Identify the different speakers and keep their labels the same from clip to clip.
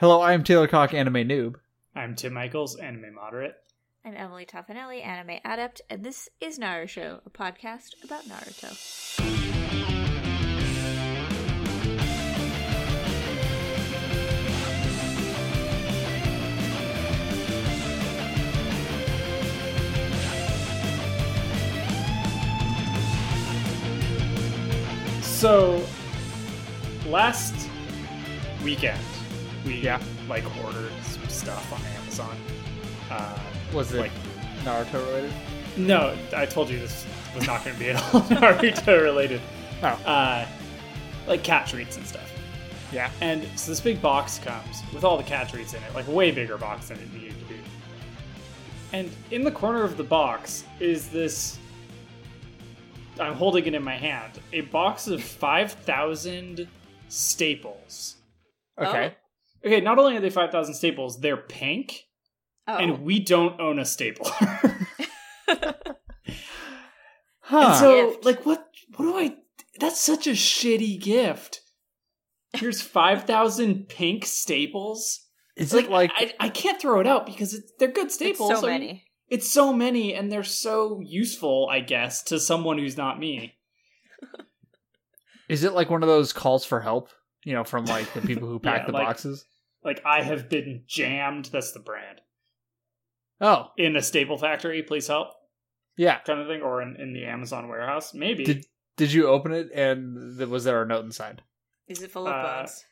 Speaker 1: Hello, I am Taylor Cock, anime noob.
Speaker 2: I'm Tim Michaels, anime moderate.
Speaker 3: I'm Emily Toffanelli, anime adept, and this is Naruto Show, a podcast about Naruto.
Speaker 2: So, last weekend, we
Speaker 1: Yeah.
Speaker 2: like ordered some stuff on Amazon. Uh,
Speaker 1: Was it
Speaker 2: like
Speaker 1: Naruto related?
Speaker 2: no? I told you this was not going to be at all Naruto related.
Speaker 1: Oh.
Speaker 2: Uh, like cat treats and stuff.
Speaker 1: Yeah.
Speaker 2: And so this big box comes with all the cat treats in it, like a way bigger box than it needed to be. And in the corner of the box is this I'm holding it in my hand, a box of 5,000 staples.
Speaker 1: Okay.
Speaker 2: Okay, not only are they 5,000 staples, they're pink,
Speaker 3: Oh,
Speaker 2: and we don't own a stapler.
Speaker 1: Huh.
Speaker 2: And so,
Speaker 3: Gift.
Speaker 2: like, what? What do I? That's such a shitty gift. Here's five thousand pink staples.
Speaker 1: is
Speaker 2: like,
Speaker 1: it like
Speaker 2: I, I can't throw it out because it's, they're good
Speaker 3: it's
Speaker 2: staples.
Speaker 3: so
Speaker 2: I mean,
Speaker 3: many.
Speaker 2: it's so many, and they're so useful, I guess, to someone who's not me.
Speaker 1: is it like one of those calls for help? You know, from like the people who pack
Speaker 2: Yeah,
Speaker 1: the
Speaker 2: like-
Speaker 1: boxes.
Speaker 2: Like, I have been jammed. That's the brand
Speaker 1: Oh,
Speaker 2: in a staple factory. Please help,
Speaker 1: yeah.
Speaker 2: kind of thing, or in, in the Amazon warehouse, maybe.
Speaker 1: Did did you open it and th- was there a note inside?
Speaker 3: Is it full of
Speaker 2: uh,
Speaker 3: bugs?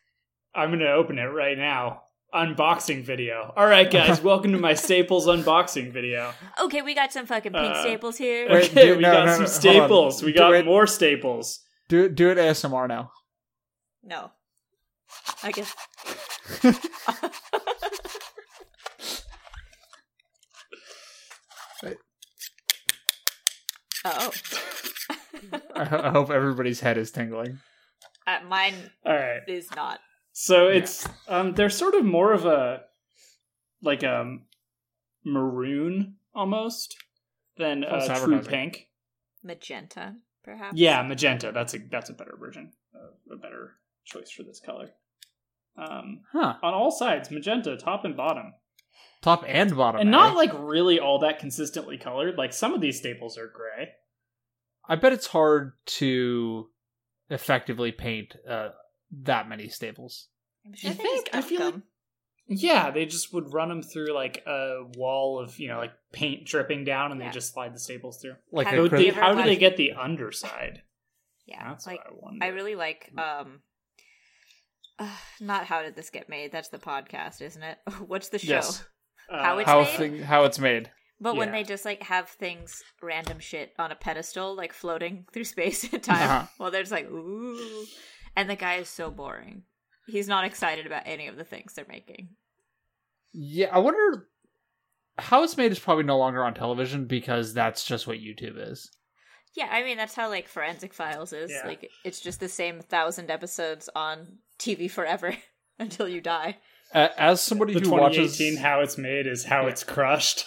Speaker 2: I'm gonna open it right now. Unboxing video. All right, guys, welcome to my staples unboxing video.
Speaker 3: Okay, we got some fucking pink
Speaker 2: uh,
Speaker 3: staples here.
Speaker 1: Wait,
Speaker 2: okay,
Speaker 1: do-
Speaker 2: we
Speaker 1: no, no,
Speaker 2: got
Speaker 1: no,
Speaker 2: some
Speaker 1: hold on.
Speaker 2: staples. We
Speaker 1: Do
Speaker 2: got
Speaker 1: it.
Speaker 2: more staples.
Speaker 1: Do it. Do it ASMR now.
Speaker 3: No, I guess.
Speaker 1: Wait.
Speaker 3: Oh,
Speaker 1: I, ho- I hope everybody's head is tingling.
Speaker 3: uh, mine
Speaker 2: All right.
Speaker 3: is not.
Speaker 2: So
Speaker 1: Yeah.
Speaker 2: it's um they're sort of more of a like um maroon almost than
Speaker 1: Oh, it's
Speaker 2: a true
Speaker 1: advertising.
Speaker 2: pink.
Speaker 3: Magenta, perhaps.
Speaker 2: Yeah, magenta. That's a that's a better version. Uh, a better choice for this color. Um
Speaker 1: Huh.
Speaker 2: on all sides, magenta, top and bottom.
Speaker 1: Top and bottom.
Speaker 2: And not
Speaker 1: eh?
Speaker 2: like really all that consistently colored. Like some of these staples are gray.
Speaker 1: I bet it's hard to effectively paint uh, that many staples.
Speaker 3: I'm sure
Speaker 2: You
Speaker 3: they just
Speaker 2: think? I
Speaker 3: got
Speaker 2: feel like-
Speaker 3: them.
Speaker 2: Yeah, they just would run them through like a wall of you know like paint dripping down, and
Speaker 3: Yeah.
Speaker 2: they just slide the staples through.
Speaker 1: Like
Speaker 3: How
Speaker 1: a
Speaker 2: How,
Speaker 3: would
Speaker 1: cri-
Speaker 2: they,
Speaker 3: Ever
Speaker 2: how do they
Speaker 3: watched-
Speaker 2: get the underside?
Speaker 3: yeah,
Speaker 2: That's
Speaker 3: like
Speaker 2: what I wonder.
Speaker 3: I really like um uh, not how did this get made? That's the podcast, isn't it? What's the show?
Speaker 2: Yes.
Speaker 3: How it's
Speaker 1: Uh, how
Speaker 3: made?
Speaker 1: thing, how it's made.
Speaker 3: But when
Speaker 2: Yeah.
Speaker 3: they just like have things random shit on a pedestal, like floating through space and time,
Speaker 1: Uh-huh.
Speaker 3: well, they're just like ooh, and the guy is so boring. He's not excited about any of the things they're making.
Speaker 1: Yeah, I wonder how it's made is probably no longer on television because that's just what YouTube is.
Speaker 3: Yeah, I mean that's how like Forensic Files is.
Speaker 2: Yeah.
Speaker 3: Like it's just the same thousand episodes on TV forever until you die.
Speaker 1: A- As somebody
Speaker 2: the
Speaker 1: who
Speaker 2: 2018
Speaker 1: watches,
Speaker 2: how it's made is how
Speaker 1: Yeah.
Speaker 2: it's crushed.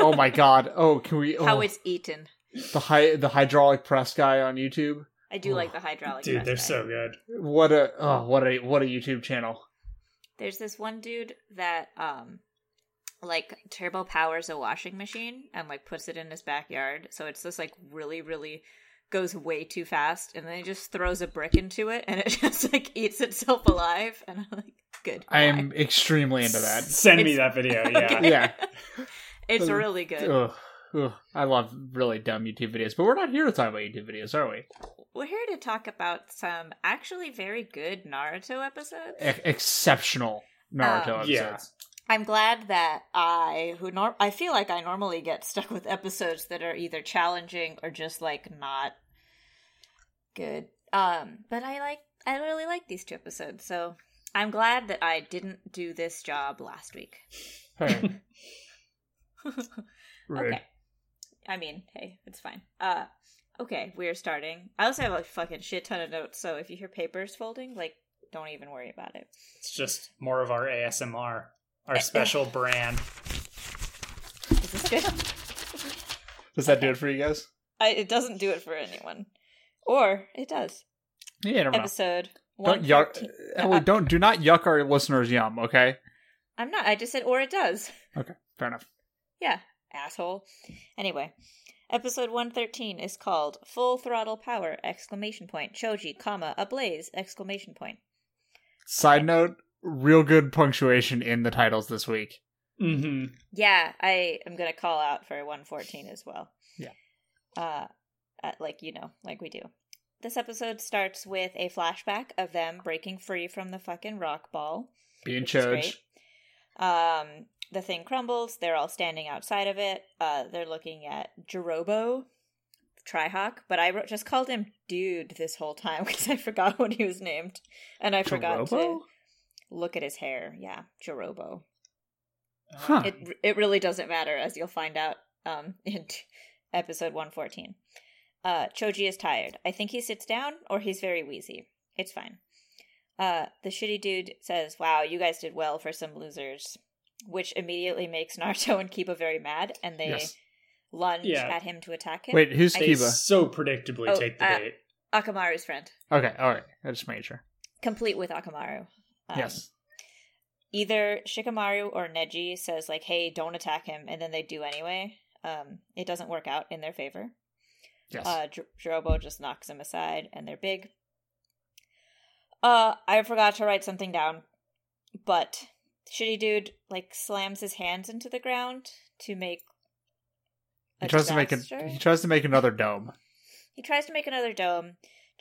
Speaker 1: oh my god, oh can we? Oh,
Speaker 3: How it's eaten.
Speaker 1: the hy- the hydraulic press guy on YouTube.
Speaker 3: I do
Speaker 1: Oh,
Speaker 3: like the hydraulic.
Speaker 2: Dude,
Speaker 3: press
Speaker 2: they're so
Speaker 3: guy.
Speaker 2: good.
Speaker 1: What a oh what a what a YouTube channel.
Speaker 3: There's this one dude that um like turbo powers a washing machine and like puts it in his backyard. So it's this like really really goes way too fast and then he just throws a brick into it and it just like eats itself alive and I'm like good.
Speaker 1: I am
Speaker 3: why?
Speaker 1: extremely into
Speaker 2: S-
Speaker 1: that.
Speaker 2: Send me
Speaker 3: It's-
Speaker 2: that video. Yeah.
Speaker 3: Okay.
Speaker 1: Yeah,
Speaker 3: It's really good.
Speaker 1: ugh, ugh. I love really dumb YouTube videos, but we're not here to talk about YouTube videos, are we?
Speaker 3: We're here to talk about some actually very good Naruto episodes.
Speaker 1: E- exceptional Naruto
Speaker 2: Um,
Speaker 1: episodes.
Speaker 2: Yeah.
Speaker 3: I'm glad that I who nor- I feel like I normally get stuck with episodes that are either challenging or just like not good. Um, but I like I really like these two episodes, so I'm glad that I didn't do this job last week.
Speaker 1: Hey. Rude.
Speaker 3: Okay. I mean, hey, it's fine. Uh okay, we're starting. I also have a fucking shit ton of notes, so if you hear papers folding, like don't even worry about it.
Speaker 2: It's just more of our ASMR, our special brand.
Speaker 3: Is this good?
Speaker 1: Does that do it for you guys?
Speaker 3: I, it doesn't do it for anyone. Or it does.
Speaker 1: Yeah, I don't know.
Speaker 3: episode
Speaker 1: Don't yuck.
Speaker 3: 114
Speaker 1: Emily, don't do not yuck our listeners yum. Okay,
Speaker 3: I'm not. I just said, or it does.
Speaker 1: fair enough.
Speaker 3: Asshole. Anyway, episode 113 is called Full Throttle Power! Exclamation point. Choji, comma, ablaze! Exclamation point.
Speaker 1: Side note: real good punctuation in the titles this week.
Speaker 2: Mm-hmm.
Speaker 3: Yeah, I am going to call out for 114 as well.
Speaker 1: Yeah.
Speaker 3: Uh, uh, like, you know, like we do. This episode starts with a flashback of them breaking free from the fucking rock ball.
Speaker 1: Being
Speaker 3: which is
Speaker 1: church.
Speaker 3: great. Um, the thing crumbles. They're all standing outside of it. Uh, they're looking at Jerobo, Trihawk, but I wrote, just called him Dude this whole time because I forgot what he was named, and I forgot to
Speaker 1: Jerobo?
Speaker 3: look at his hair. Yeah, Jerobo.
Speaker 1: Huh.
Speaker 3: It it really doesn't matter, as you'll find out um, in t- episode one fourteen. Uh, Choji is tired. I think he sits down, or he's very wheezy. It's fine. Uh, the shitty dude says, "Wow, you guys did well for some losers," which immediately makes Naruto and Kiba very mad, and they
Speaker 1: Yes.
Speaker 3: lunge
Speaker 2: Yeah.
Speaker 3: at him to attack him.
Speaker 1: Wait, who's
Speaker 3: I-
Speaker 2: They
Speaker 1: Kiba?
Speaker 2: so predictably
Speaker 3: Oh,
Speaker 2: take the
Speaker 3: uh,
Speaker 2: bait.
Speaker 3: Akamaru's friend,
Speaker 1: Okay, all right. I just made sure.
Speaker 3: complete with Akamaru. Um,
Speaker 1: yes.
Speaker 3: either Shikamaru or Neji says like, "Hey, don't attack him," and then they do anyway. Um, it doesn't work out in their favor.
Speaker 1: Yes.
Speaker 3: Uh, J- Jirobo just knocks him aside, and they're big. Uh, I forgot to write something down, but shitty dude like slams his hands into the ground to make.
Speaker 1: he tries to make an,
Speaker 3: disaster.
Speaker 1: he tries to make another dome.
Speaker 3: He tries to make another dome.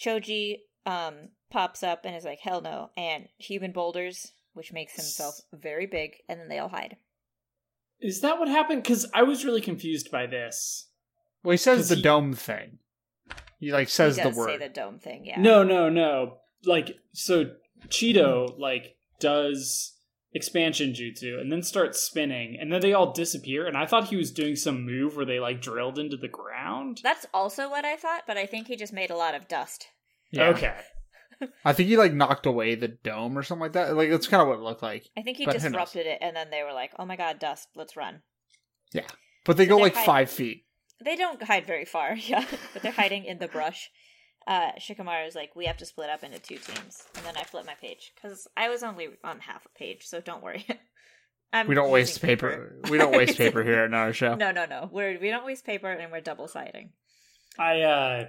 Speaker 3: Choji um pops up and is like, "Hell no!" and human boulders, which makes himself very big, and then they all hide.
Speaker 2: Is that what happened? Because I was really confused by this.
Speaker 1: Well, he says
Speaker 2: 'Cause
Speaker 1: the
Speaker 2: he-
Speaker 1: dome thing. He like says
Speaker 3: he
Speaker 1: the
Speaker 3: does
Speaker 1: word.
Speaker 3: say the dome thing, yeah.
Speaker 2: No, no, no. Like, so Cheeto, like, does expansion jutsu and then starts spinning, and then they all disappear, and I thought he was doing some move where they, like, drilled into the ground.
Speaker 3: That's also what I thought, but I think he just made a lot of dust.
Speaker 1: Yeah.
Speaker 2: Okay.
Speaker 1: I think he like knocked away the dome or something like that. Like that's kind of what it looked like.
Speaker 3: I think he
Speaker 1: But who knows?
Speaker 3: disrupted it, and then they were like, "Oh my god, dust! Let's run."
Speaker 1: But they
Speaker 3: So
Speaker 1: go
Speaker 3: they're
Speaker 1: like
Speaker 3: hiding.
Speaker 1: five feet.
Speaker 3: They don't hide very far, yeah, but they're hiding in the brush. Uh, Shikamaru is like, "We have to split up into two teams," and then I flip my page because I was only on half a page, so don't worry. I'm
Speaker 1: We don't
Speaker 3: using
Speaker 1: waste paper. We don't waste paper here at our show.
Speaker 3: No, no, no. We're we don't waste paper, and we're double siding.
Speaker 2: I uh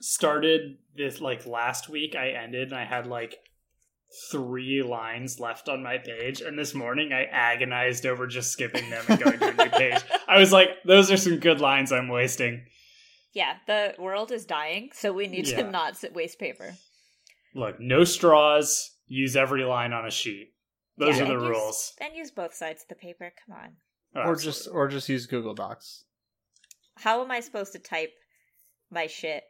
Speaker 2: started this like last week I ended and I had like three lines left on my page and this morning I agonized over just skipping them and going to a new page. I was like, those are some good lines I'm wasting.
Speaker 3: Yeah, the world is dying, so we need
Speaker 2: Yeah.
Speaker 3: to not s- waste paper.
Speaker 2: Look, no straws, use every line on a sheet. Those
Speaker 3: Yeah,
Speaker 2: are the
Speaker 3: and use-
Speaker 2: rules.
Speaker 3: And use both sides of the paper. Come on.
Speaker 2: Oh,
Speaker 1: Or
Speaker 2: absolutely.
Speaker 1: just or just use Google Docs.
Speaker 3: how am I supposed to type my shit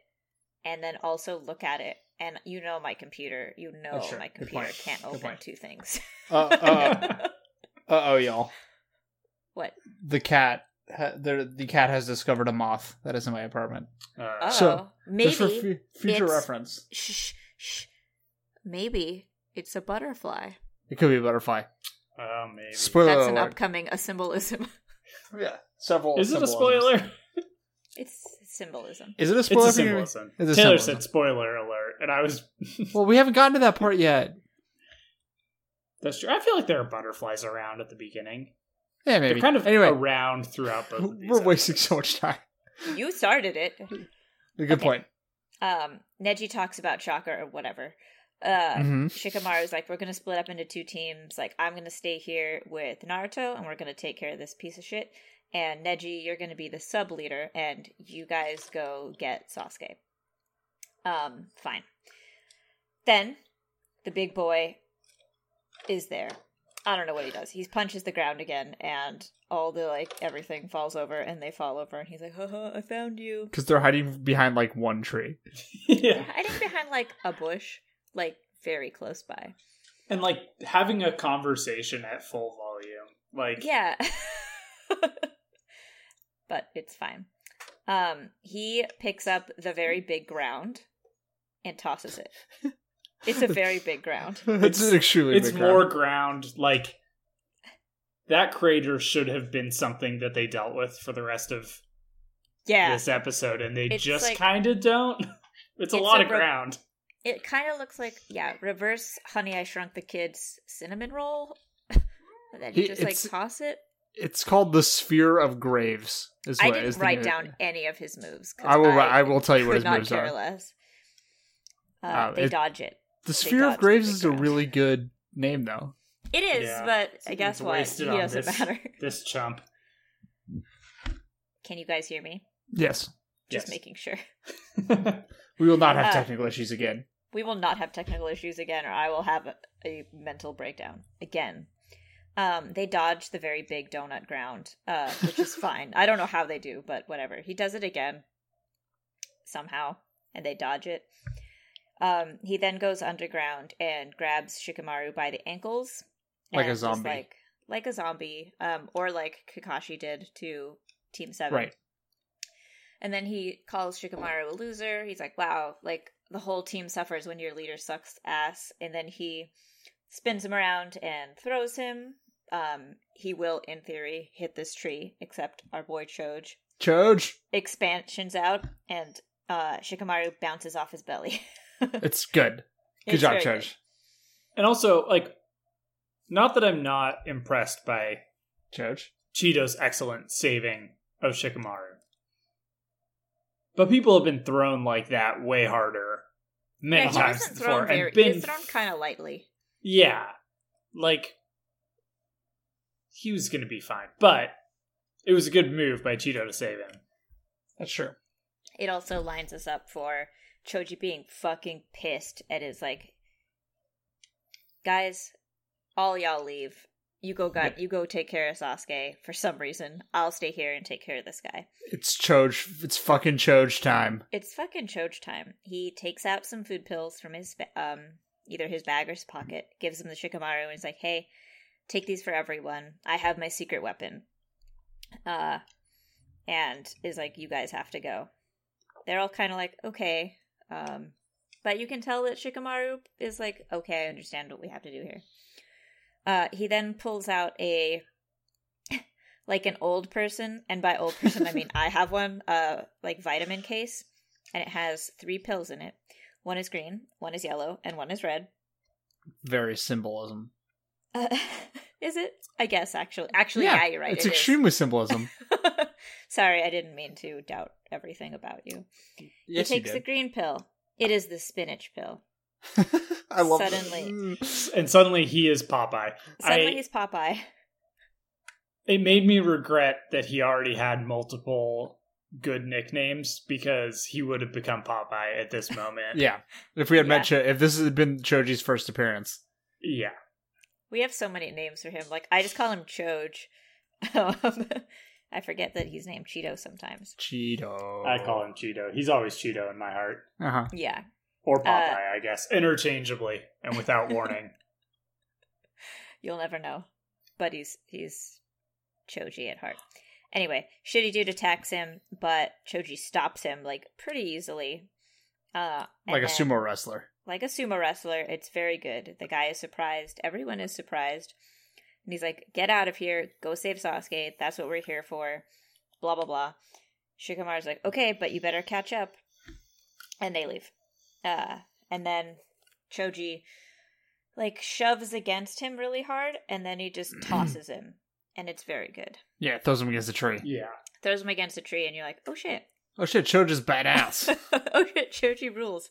Speaker 3: and then also look at it? And you know my computer. You
Speaker 1: Oh,
Speaker 3: know
Speaker 1: sure.
Speaker 3: my
Speaker 1: Good
Speaker 3: computer
Speaker 1: point.
Speaker 3: can't
Speaker 1: Good
Speaker 3: open
Speaker 1: point.
Speaker 3: two things.
Speaker 1: Uh uh oh, y'all.
Speaker 3: What?
Speaker 1: The cat. Ha, the, the cat has discovered a moth that is in my apartment.
Speaker 3: Oh,
Speaker 2: Uh,
Speaker 1: So,
Speaker 3: maybe.
Speaker 1: Just for fu- future
Speaker 3: it's-
Speaker 1: reference,
Speaker 3: shh, shh, shh. Maybe it's a butterfly.
Speaker 1: it could be a butterfly.
Speaker 2: oh, maybe.
Speaker 1: Spoiler
Speaker 3: That's an
Speaker 1: alert.
Speaker 3: upcoming a symbolism.
Speaker 1: yeah, several.
Speaker 2: is it a
Speaker 1: symbolisms.
Speaker 2: spoiler?
Speaker 3: it's symbolism.
Speaker 1: Is it a
Speaker 2: It's
Speaker 1: spoiler?
Speaker 2: a
Speaker 1: for you?
Speaker 2: symbolism.
Speaker 1: It's a
Speaker 2: Taylor
Speaker 1: symbolism.
Speaker 2: said spoiler alert, and I was
Speaker 1: Well, we haven't gotten to that part yet.
Speaker 2: That's true. I feel like there are butterflies around at the beginning.
Speaker 1: Yeah, maybe.
Speaker 2: They're kind of
Speaker 1: anyway.
Speaker 2: around throughout both of these.
Speaker 1: We're wasting so much time.
Speaker 3: You started it.
Speaker 1: Good
Speaker 3: Okay.
Speaker 1: point.
Speaker 3: Um, Neji talks about chakra or whatever. Uh,
Speaker 1: hmm
Speaker 3: Shikamaru's like, we're gonna split up into two teams. Like, I'm gonna stay here with Naruto, and we're gonna take care of this piece of shit. And Neji, you're gonna be the sub leader, and you guys go get Sasuke. Um, fine. Then the big boy is there. I don't know what he does. He punches the ground again, and all the like everything falls over, and they fall over, and he's like, "Haha, I found you."
Speaker 1: Because they're hiding behind like one tree.
Speaker 3: They're
Speaker 2: yeah.
Speaker 3: hiding behind like a bush, like very close by.
Speaker 2: And like having a conversation at full volume. Like
Speaker 3: Yeah. but it's fine. Um he picks up the very big ground and tosses it. It's a very big ground.
Speaker 1: it's, an extremely
Speaker 2: it's
Speaker 1: big
Speaker 2: more
Speaker 1: round.
Speaker 2: ground like that crater should have been something that they dealt with for the rest of
Speaker 3: Yeah.
Speaker 2: this episode and they
Speaker 3: It's
Speaker 2: just
Speaker 3: like-
Speaker 2: kind of don't. It's,
Speaker 3: It's
Speaker 2: a lot
Speaker 3: a
Speaker 2: of
Speaker 3: ro-
Speaker 2: ground.
Speaker 3: It kind of looks like yeah, reverse Honey I Shrunk the Kids cinnamon roll. and then you
Speaker 1: It-
Speaker 3: just like
Speaker 1: it's-
Speaker 3: toss it.
Speaker 1: It's called the Sphere of Graves. Is
Speaker 3: I
Speaker 1: what- is
Speaker 3: didn't
Speaker 1: the
Speaker 3: write
Speaker 1: name.
Speaker 3: down any of his moves. 'cause
Speaker 1: I will. I, will tell you what
Speaker 3: could
Speaker 1: his
Speaker 3: not
Speaker 1: moves
Speaker 3: care
Speaker 1: are.
Speaker 3: less. Uh,
Speaker 1: Uh,
Speaker 3: they
Speaker 1: it-
Speaker 3: dodge it.
Speaker 1: The Sphere
Speaker 3: dodge
Speaker 1: of
Speaker 3: the
Speaker 1: Graves
Speaker 3: big
Speaker 1: is a
Speaker 3: guy.
Speaker 1: really good name, though.
Speaker 3: It is,
Speaker 2: Yeah.
Speaker 3: but I
Speaker 2: It's
Speaker 3: guess what? He
Speaker 2: wasted on
Speaker 3: doesn't
Speaker 2: this.
Speaker 3: matter.
Speaker 2: This chump.
Speaker 3: Can you guys hear me?
Speaker 1: Yes,
Speaker 3: Just
Speaker 2: Yes.
Speaker 3: making sure.
Speaker 1: we will not have
Speaker 3: Uh,
Speaker 1: technical issues again.
Speaker 3: we will not have technical issues again or i will have a, a mental breakdown again um, they dodge the very big donut ground uh, which is fine i don't know how they do but whatever he does it again somehow and they dodge it um, he then goes underground and grabs shikamaru by the ankles
Speaker 1: Like a
Speaker 3: and just,
Speaker 1: zombie.
Speaker 3: like, like a zombie um, or like kakashi did to team 7
Speaker 1: Right.
Speaker 3: and then he calls Shikamaru a loser. He's like, wow, like the whole team suffers when your leader sucks ass. And then he spins him around and throws him. Um, he will, in theory, hit this tree, except our boy Choj
Speaker 1: Choj.
Speaker 3: expansions out and uh, Shikamaru bounces off his belly.
Speaker 1: It's good. Good
Speaker 3: It's
Speaker 1: job,
Speaker 3: very
Speaker 1: Choj.
Speaker 2: and also, like, not that I'm not impressed by
Speaker 1: Choj.
Speaker 2: Cheeto's excellent saving of Shikamaru. But people have been thrown like that way harder many
Speaker 3: Yeah, he
Speaker 2: times
Speaker 3: wasn't
Speaker 2: before.
Speaker 3: thrown very,
Speaker 2: and
Speaker 3: he
Speaker 2: been
Speaker 3: was thrown kind of lightly.
Speaker 2: Yeah. Like he was gonna be fine. But it was a good move by Cheeto to save him.
Speaker 1: That's true.
Speaker 3: it also lines us up for Choji being fucking pissed at his like guys, all y'all leave. You go got you go take care of Sasuke for some reason. I'll stay here and take care of this guy.
Speaker 1: It's Choj. It's fucking Choj time.
Speaker 3: It's fucking Choji time. He takes out some food pills from his ba- um either his bag or his pocket, gives him the Shikamaru and is like, "Hey, take these for everyone. I have my secret weapon." Uh and is like, "You guys have to go." They're all kind of like, "Okay." Um but you can tell that Shikamaru is like, "Okay, I understand what we have to do here." Uh he then pulls out a like an old person, and by old person I mean I have one, uh like vitamin case, and it has three pills in it. One is green, one is yellow, and one is red.
Speaker 1: Very symbolism.
Speaker 3: Uh, is it? I guess actually, actually, yeah, you're right.
Speaker 1: It's
Speaker 3: it is.
Speaker 1: extremely symbolism.
Speaker 3: Sorry, I didn't mean to doubt everything about you.
Speaker 1: yes,
Speaker 3: he
Speaker 1: you
Speaker 3: takes the
Speaker 1: did.
Speaker 3: green pill. It is the spinach pill.
Speaker 1: I love it. Mm.
Speaker 3: suddenly.
Speaker 2: And suddenly he is Popeye.
Speaker 3: Suddenly
Speaker 2: I-
Speaker 3: he's Popeye.
Speaker 2: It made me regret that he already had multiple good nicknames because he would have become Popeye at this moment.
Speaker 1: Yeah. If we had met, Cho- if this had been Choji's first appearance,
Speaker 2: Yeah.
Speaker 3: We have so many names for him. Like I just call him Choj. Um, I forget that he's named Cheeto sometimes.
Speaker 1: Cheeto.
Speaker 2: I call him Cheeto. He's always Cheeto in my heart.
Speaker 1: Uh huh.
Speaker 3: Yeah.
Speaker 2: Or Popeye, I guess. Interchangeably and without warning.
Speaker 3: You'll never know. But he's he's Choji at heart. Anyway, shitty dude attacks him, but Choji stops him like pretty easily. Uh, and
Speaker 1: Like a
Speaker 3: then-
Speaker 1: sumo wrestler.
Speaker 3: like a sumo wrestler. It's very good. The guy is surprised. Everyone is surprised, and he's like, "Get out of here! Go save Sasuke. That's what we're here for." Blah blah blah. Shikamaru's like, "Okay, but you better catch up," and they leave. Uh, and then Choji like shoves against him really hard, and then he just tosses him, and it's very good.
Speaker 1: Yeah, throws him against a tree.
Speaker 2: Yeah.
Speaker 3: Throws him against a tree, and you're like, "Oh shit."
Speaker 1: Oh shit, Choji's badass.
Speaker 3: oh shit, Choji rules.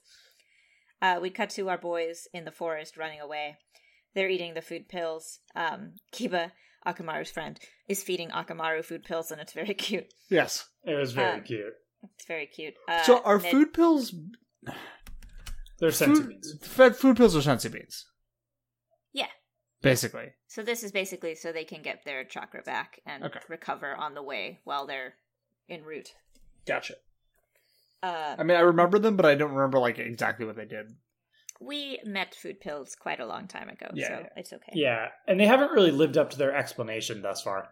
Speaker 3: Uh, we cut to our boys in the forest running away. They're eating the food pills. Um, Kiba, Akamaru's friend, is feeding Akamaru food pills, and it's very cute.
Speaker 1: yes.
Speaker 2: It was very
Speaker 3: Um,
Speaker 2: cute.
Speaker 3: It's very cute. Uh,
Speaker 1: so are
Speaker 3: Ned-
Speaker 1: food pills
Speaker 2: They're
Speaker 1: food,
Speaker 2: sentiments.
Speaker 1: fed food pills are sensi beans?
Speaker 3: Yeah.
Speaker 1: Basically.
Speaker 3: So this is basically so they can get their chakra back and
Speaker 1: Okay.
Speaker 3: recover on the way while they're en route.
Speaker 1: Gotcha.
Speaker 3: Uh,
Speaker 1: I mean I remember them, but I don't remember like exactly what they did.
Speaker 3: we met food pills quite a long time ago,
Speaker 1: Yeah,
Speaker 3: so
Speaker 1: yeah.
Speaker 3: it's okay.
Speaker 2: Yeah, and they haven't really lived up to their explanation thus far.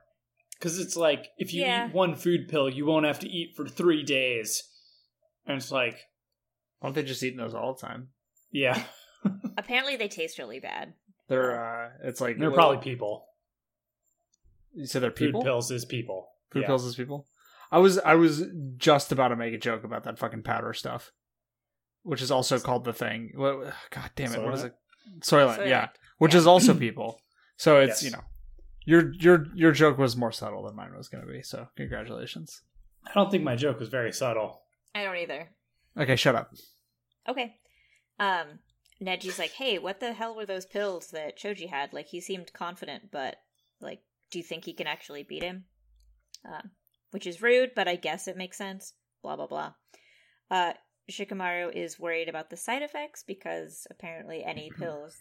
Speaker 2: Because it's like, if you
Speaker 3: Yeah.
Speaker 2: eat one food pill, you won't have to eat for three days. And it's like,
Speaker 1: Why don't they just eat those all the time?
Speaker 2: yeah,
Speaker 3: Apparently, they taste really bad.
Speaker 1: They're uh it's like
Speaker 2: they're probably people.
Speaker 1: you said they're
Speaker 2: Food
Speaker 1: people?
Speaker 2: pills is people.
Speaker 1: Food
Speaker 2: Yeah.
Speaker 1: pills is people? I was I was just about to make a joke about that fucking powder stuff. which is also called the thing. What, God damn it! What is
Speaker 2: Soylent?
Speaker 1: it? Soylent,
Speaker 3: Soylent,
Speaker 1: yeah, which
Speaker 3: yeah.
Speaker 1: is also people. So it's
Speaker 2: Yes.
Speaker 1: you know, your your your joke was more subtle than mine was going to be. So congratulations.
Speaker 2: I don't think my joke was very subtle.
Speaker 3: I don't either.
Speaker 1: Okay, shut up.
Speaker 3: Okay. Um, Neji's like, hey, what the hell were those pills that Choji had? Like, he seemed confident, but, like, do you think he can actually beat him? Um, which is rude, but I guess it makes sense. Blah, blah, blah. Uh, Shikamaru is worried about the side effects because apparently any pills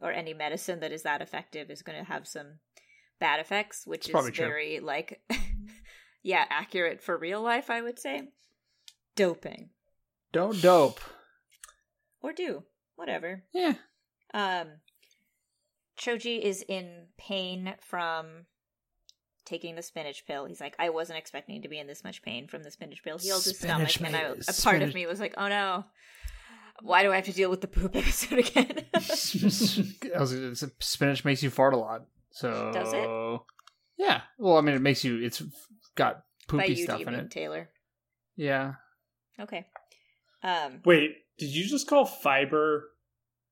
Speaker 3: or any medicine that is that effective is going to have some bad effects, which
Speaker 1: It's
Speaker 3: is
Speaker 1: probably true.
Speaker 3: very, like, yeah, accurate for real life, I would say. Doping.
Speaker 1: Don't dope.
Speaker 3: Or do. Whatever.
Speaker 1: Yeah.
Speaker 3: Um, Choji is in pain from taking the spinach pill. He's like, I wasn't expecting to be in this much pain from the spinach pill. Healed his stomach,
Speaker 1: Spinach
Speaker 3: and
Speaker 1: ma-
Speaker 3: I, a part of
Speaker 1: spinach-
Speaker 3: me was like, oh no, why do I have to deal with the poop episode again?
Speaker 1: I was, it's- spinach makes you fart a lot. So
Speaker 3: Does
Speaker 1: it? Yeah. Well, I mean, it makes you. It's got
Speaker 3: By
Speaker 1: poopy
Speaker 3: you, do
Speaker 1: stuff
Speaker 3: you
Speaker 1: in
Speaker 3: mean
Speaker 1: it.
Speaker 3: Taylor?
Speaker 1: yeah.
Speaker 3: Okay. Um,
Speaker 2: Wait, did you just call fiber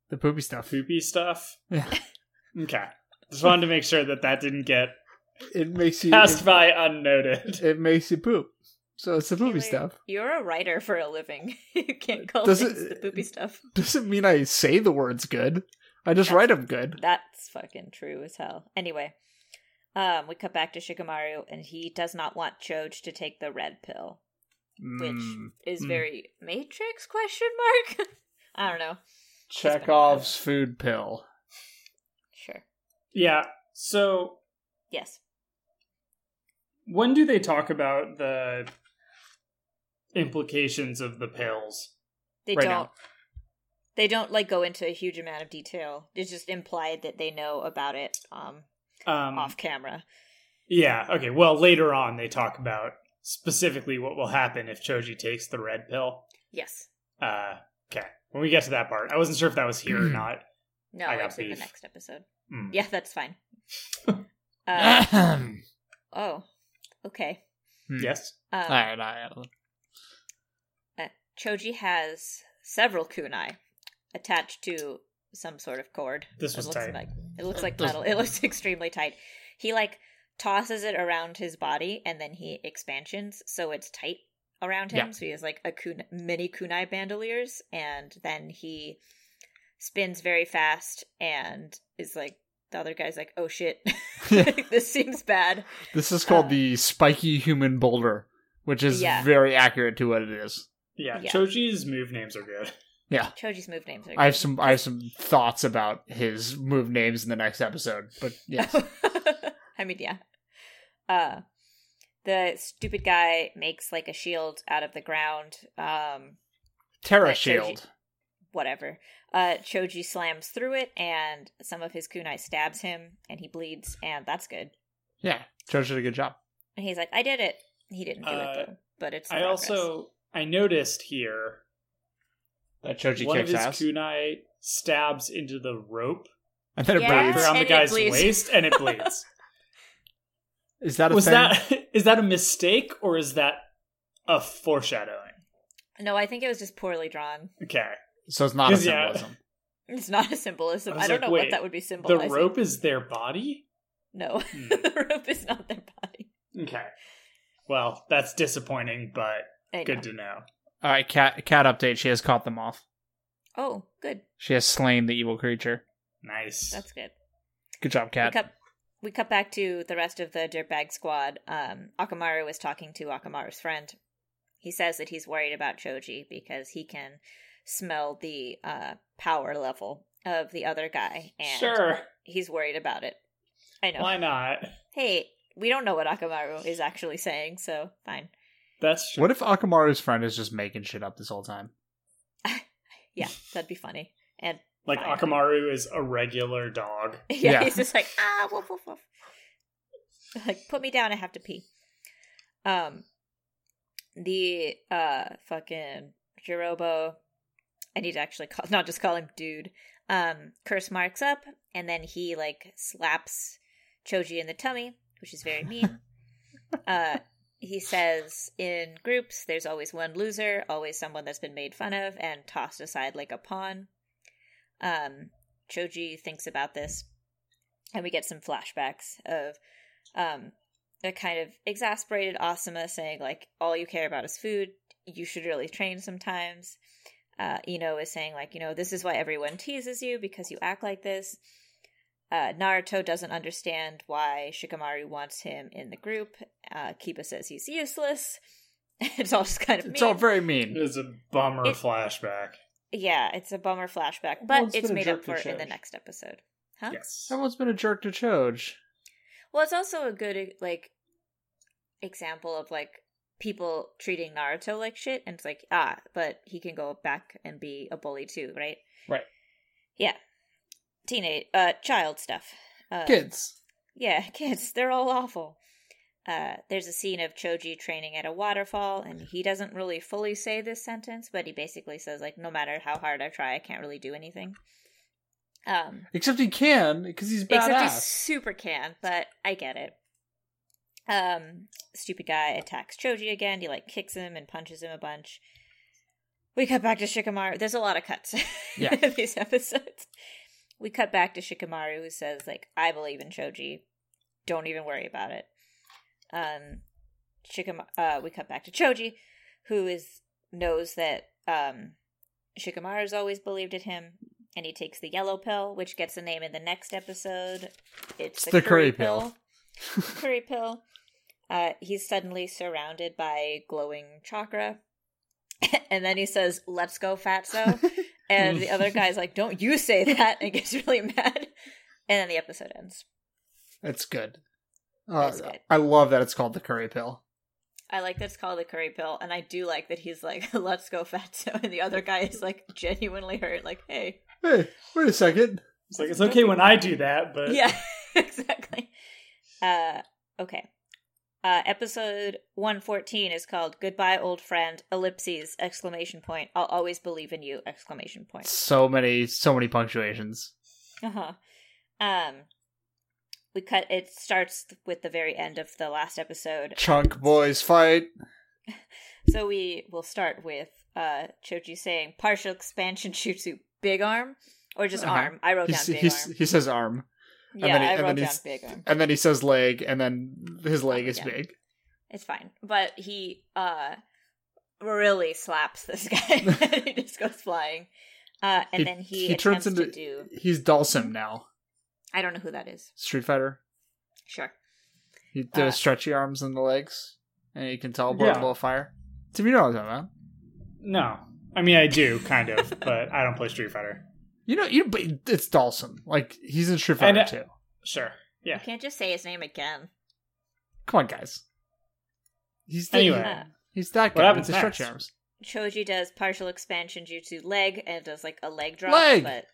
Speaker 1: The poopy stuff.
Speaker 2: poopy stuff?
Speaker 1: Yeah.
Speaker 2: Okay. Just wanted to make sure that that didn't get
Speaker 1: It makes you.
Speaker 2: passed
Speaker 1: It,
Speaker 2: by unnoted.
Speaker 1: it makes you poop. So it's the poopy
Speaker 3: Taylor,
Speaker 1: stuff.
Speaker 3: You're a writer for a living. you can't call
Speaker 1: Uh, Does
Speaker 3: things
Speaker 1: it-
Speaker 3: the poopy stuff.
Speaker 1: Doesn't mean I say the words good. I just
Speaker 3: That's-
Speaker 1: write them good.
Speaker 3: That's fucking true as hell. Anyway, um, we cut back to Shikamaru, and he does not want Choj to take the red pill, which
Speaker 1: Mm.
Speaker 3: is
Speaker 1: mm.
Speaker 3: very Matrix question mark. I don't know.
Speaker 1: Chekhov's food pill.
Speaker 3: Sure.
Speaker 2: Yeah. So
Speaker 3: Yes.
Speaker 2: when do they talk about the implications of the pills?
Speaker 3: They
Speaker 1: Right
Speaker 3: don't.
Speaker 1: now.
Speaker 3: They don't like go into a huge amount of detail. It's just implied that they know about it um,
Speaker 1: Mm.
Speaker 2: Um,
Speaker 3: off camera.
Speaker 2: Yeah. Okay. Well, later on, they talk about specifically what will happen if Choji takes the red pill.
Speaker 3: Yes.
Speaker 2: Uh, okay. When we get to that part, I wasn't sure if that was here or not.
Speaker 3: No,
Speaker 2: I got
Speaker 3: it's in the
Speaker 2: beef.
Speaker 3: next episode.
Speaker 2: Mm.
Speaker 3: Yeah, that's fine. uh, oh, okay.
Speaker 2: Yes.
Speaker 3: Um,
Speaker 1: All right, all right.
Speaker 3: Uh, Choji has several kunai attached to some sort of cord.
Speaker 2: This was
Speaker 3: it looks
Speaker 2: tight.
Speaker 3: Like, it looks like
Speaker 1: Uh, This-
Speaker 3: metal. It looks extremely tight. He like tosses it around his body and then he expansions so it's tight around him.
Speaker 1: Yeah.
Speaker 3: So he has like a kun- mini kunai bandoliers and then he spins very fast and is like the other guy's like, "Oh shit. this seems bad."
Speaker 1: This is called
Speaker 3: Uh,
Speaker 1: the spiky human boulder, which is
Speaker 3: Yeah.
Speaker 1: very accurate to what it is.
Speaker 2: Yeah,
Speaker 3: Yeah.
Speaker 2: Choji's move names are good.
Speaker 3: Choji's move names are
Speaker 1: I have
Speaker 3: good.
Speaker 1: some I have some thoughts about his move names in the next episode, but yes.
Speaker 3: I mean, yeah. Uh, the stupid guy makes like a shield out of the ground. Um,
Speaker 1: Terra
Speaker 3: That shows you-
Speaker 1: Shield.
Speaker 3: whatever. Uh, Choji slams through it, and some of his kunai stabs him, and he bleeds, and that's good.
Speaker 1: Yeah. Joe did a good job.
Speaker 3: And he's like, "I did it." He didn't do
Speaker 2: Uh,
Speaker 3: it though, but it's.
Speaker 2: I
Speaker 3: progress.
Speaker 2: also I noticed here
Speaker 1: That Choji
Speaker 2: one of
Speaker 1: kicks
Speaker 2: his
Speaker 1: ass.
Speaker 2: kunai stabs into the rope
Speaker 1: and then it
Speaker 3: Yeah.
Speaker 1: breathes.
Speaker 2: around the
Speaker 3: and it
Speaker 2: guy's
Speaker 3: bleeds.
Speaker 2: waist, and it bleeds.
Speaker 1: Is that a
Speaker 2: Was
Speaker 1: thing?
Speaker 2: that is that a mistake or is that a foreshadowing?
Speaker 3: no. I think it was just poorly drawn.
Speaker 2: Okay,
Speaker 1: So it's not a
Speaker 2: 'Cause, yeah.
Speaker 1: symbolism.
Speaker 3: It's not a symbolism.
Speaker 2: I
Speaker 3: I,
Speaker 2: was
Speaker 3: don't
Speaker 2: like,
Speaker 3: know
Speaker 2: wait,
Speaker 3: what that would be
Speaker 2: the
Speaker 3: symbolizing.
Speaker 2: rope is their body.
Speaker 3: No,
Speaker 2: Hmm.
Speaker 3: the rope is not their body.
Speaker 2: Okay, well that's disappointing, but
Speaker 3: I know.
Speaker 2: good to know.
Speaker 1: All right, cat cat update. She has caught them off.
Speaker 3: Oh, good.
Speaker 1: She has slain the evil creature.
Speaker 2: Nice.
Speaker 3: That's good.
Speaker 1: Good job,
Speaker 3: We
Speaker 1: cat.
Speaker 3: cut, we cut back to the rest of the dirtbag squad. Um, Akamaru is talking to Akamaru's friend. He says that he's worried about Choji because he can smell the uh, power level of the other guy, and
Speaker 2: sure.
Speaker 3: he's worried about it. I know.
Speaker 2: Why not?
Speaker 3: Hey, we don't know what Akamaru is actually saying, so fine.
Speaker 2: That's true.
Speaker 1: What if Akamaru's friend is just making shit up this whole time?
Speaker 3: Yeah, that'd be funny. And
Speaker 2: like
Speaker 3: fine.
Speaker 2: Akamaru is a regular dog.
Speaker 3: yeah,
Speaker 1: Yeah.
Speaker 3: he's just like ah woof woof woof. Like put me down, I have to pee. Um, the uh fucking Jirobo. I need to actually call, not just call him dude. Um, curse marks up, and then he like slaps Choji in the tummy, which is very mean. uh, he says in groups there's always one loser always someone that's been made fun of and tossed aside like a pawn um choji thinks about this and we get some flashbacks of um a kind of exasperated asuma saying like all you care about is food you should really train sometimes uh ino is saying like you know this is why everyone teases you because you act like this uh, Naruto doesn't understand why Shikamaru wants him in the group. Uh, Kiba says he's useless. it's all just kind of mean.
Speaker 1: It's all very mean.
Speaker 4: It's a bummer
Speaker 3: It-
Speaker 4: flashback.
Speaker 3: yeah, it's a bummer flashback, but
Speaker 2: Well, it's
Speaker 3: it's,
Speaker 2: been a
Speaker 3: made up
Speaker 2: jerk
Speaker 3: for in the
Speaker 2: change.
Speaker 3: next episode. Huh?
Speaker 4: Yes.
Speaker 1: Everyone's been a jerk to Choj.
Speaker 3: Well, it's also a good e, like example of like people treating Naruto like shit, and it's like ah, but he can go back and be a bully too, right?
Speaker 2: Right.
Speaker 3: Yeah. Teenage, uh, child stuff. Uh,
Speaker 1: Kids.
Speaker 3: Yeah, kids, they're all awful. Uh, there's a scene of Choji training at a waterfall, and he doesn't really fully say this sentence, but he basically says, like, no matter how hard I try, I can't really do anything. Um,
Speaker 1: Except he can, because he's badass.
Speaker 3: except he super can, but I get it. Um, stupid guy attacks Choji again. He, like, kicks him and punches him a bunch. We cut back to Shikamaru. There's a lot of cuts
Speaker 1: Yeah.
Speaker 3: in these episodes. We cut back to Shikamaru, who says, like, I believe in Choji don't even worry about it. Um, Shikam- uh, we cut back to Choji, who is knows that um, Shikamaru's always believed in him, and he takes the yellow pill, which gets a name in the next episode. It's, the, curry, pill. curry pill. Uh, he's suddenly surrounded by glowing chakra, and then he says, "Let's go, Fatso," and the other guy's like, "Don't you say that!" and gets really mad, and then the episode ends.
Speaker 1: That's good. Uh,
Speaker 3: That's good.
Speaker 1: I love that it's called the curry pill.
Speaker 3: I like that it's called the curry pill, and I do like that he's like, "Let's go, fatso," and the other guy is like genuinely hurt, like, "Hey,
Speaker 1: Hey, wait a second.
Speaker 2: It's like it's okay when I do that, but
Speaker 3: yeah, exactly." Uh, okay. Uh, episode one fourteen is called "Goodbye, Old Friend." Ellipses! Exclamation point! I'll always believe in you! Exclamation point!
Speaker 1: So many, so many punctuations.
Speaker 3: Uh huh. Um, we cut. It starts with the very end of the last episode,
Speaker 1: Chunk boys fight.
Speaker 3: So we will start with uh Choji saying partial expansion jutsu big arm or just
Speaker 1: Uh-huh.
Speaker 3: arm. I wrote
Speaker 1: He,
Speaker 3: down
Speaker 1: s-
Speaker 3: big
Speaker 1: he, s-
Speaker 3: arm.
Speaker 1: he says arm,
Speaker 3: yeah,
Speaker 1: then he-
Speaker 3: I
Speaker 1: and
Speaker 3: wrote
Speaker 1: then
Speaker 3: down
Speaker 1: he's-
Speaker 3: big arm.
Speaker 1: and then he says leg, and then his leg is
Speaker 3: yeah.
Speaker 1: big.
Speaker 3: It's fine. But he uh really slaps this guy. he just goes flying. Uh and
Speaker 1: He-
Speaker 3: then he,
Speaker 1: he turns
Speaker 3: attempts
Speaker 1: into-
Speaker 3: to do
Speaker 1: He's Dalsim now.
Speaker 3: I don't know who that is.
Speaker 1: Street Fighter.
Speaker 3: Sure.
Speaker 1: He does
Speaker 3: Uh,
Speaker 1: stretchy arms and the legs, and he can teleport
Speaker 2: Yeah.
Speaker 1: and blow fire. Tim, you know what I'm talking about.
Speaker 2: no. I mean, I do kind of, but I don't play Street Fighter.
Speaker 1: You know, you but it's Dalsim. Like he's in Street Fighter
Speaker 2: know.
Speaker 1: too.
Speaker 2: Sure.
Speaker 3: I
Speaker 2: Yeah.
Speaker 3: can't just say his name again.
Speaker 1: Come on, guys. He's the,
Speaker 2: Anyway,
Speaker 3: Uh,
Speaker 1: he's that
Speaker 2: What
Speaker 1: guy.
Speaker 2: happens
Speaker 1: It's a stretchy
Speaker 2: next?
Speaker 1: arms.
Speaker 3: Choji does partial expansion jutsu leg and does like a leg drop,
Speaker 1: Leg!
Speaker 3: but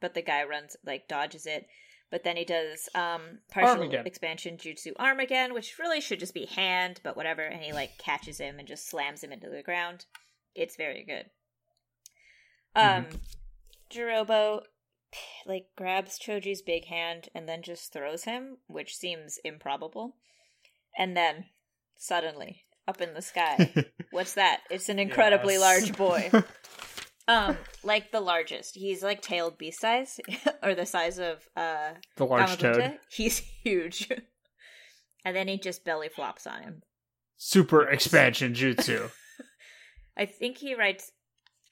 Speaker 3: but the guy runs like dodges it. But then he does um partial
Speaker 1: again.
Speaker 3: expansion jutsu arm again, which really should just be hand, but whatever. And he like catches him and just slams him into the ground. It's very good. Um, Jirobo like grabs Choji's big hand and then just throws him, which seems improbable. And then suddenly, up in the sky, what's that? It's an incredibly
Speaker 2: Yes.
Speaker 3: large boy. um, like the largest. He's like tailed beast size, or the size of uh
Speaker 1: The large
Speaker 3: Kamabuta.
Speaker 1: toad.
Speaker 3: He's huge. and then he just belly flops on him.
Speaker 1: Super expansion jutsu.
Speaker 3: I think he writes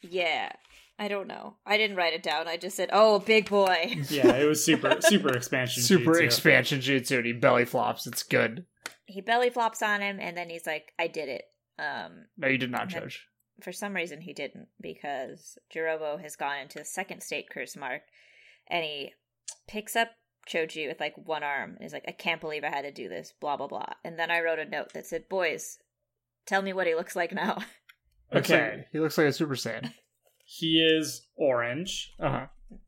Speaker 3: yeah. I don't know. I didn't write it down. I just said, "Oh, big boy."
Speaker 2: Yeah, it was super super expansion.
Speaker 1: Super
Speaker 2: jutsu.
Speaker 1: expansion jutsu and he belly flops. It's good.
Speaker 3: he belly flops on him and then he's like i did it um
Speaker 1: No, you did not
Speaker 3: Okay.
Speaker 1: judge.
Speaker 3: for some reason he didn't because Jirobo has gone into the second state curse mark and he picks up choji with like one arm and is like i can't believe i had to do this blah blah blah and then i wrote a note that said boys tell me what he looks like now
Speaker 1: Looks
Speaker 2: Okay.
Speaker 1: like- he looks like a super saiyan.
Speaker 2: He is orange.
Speaker 1: Uh-huh.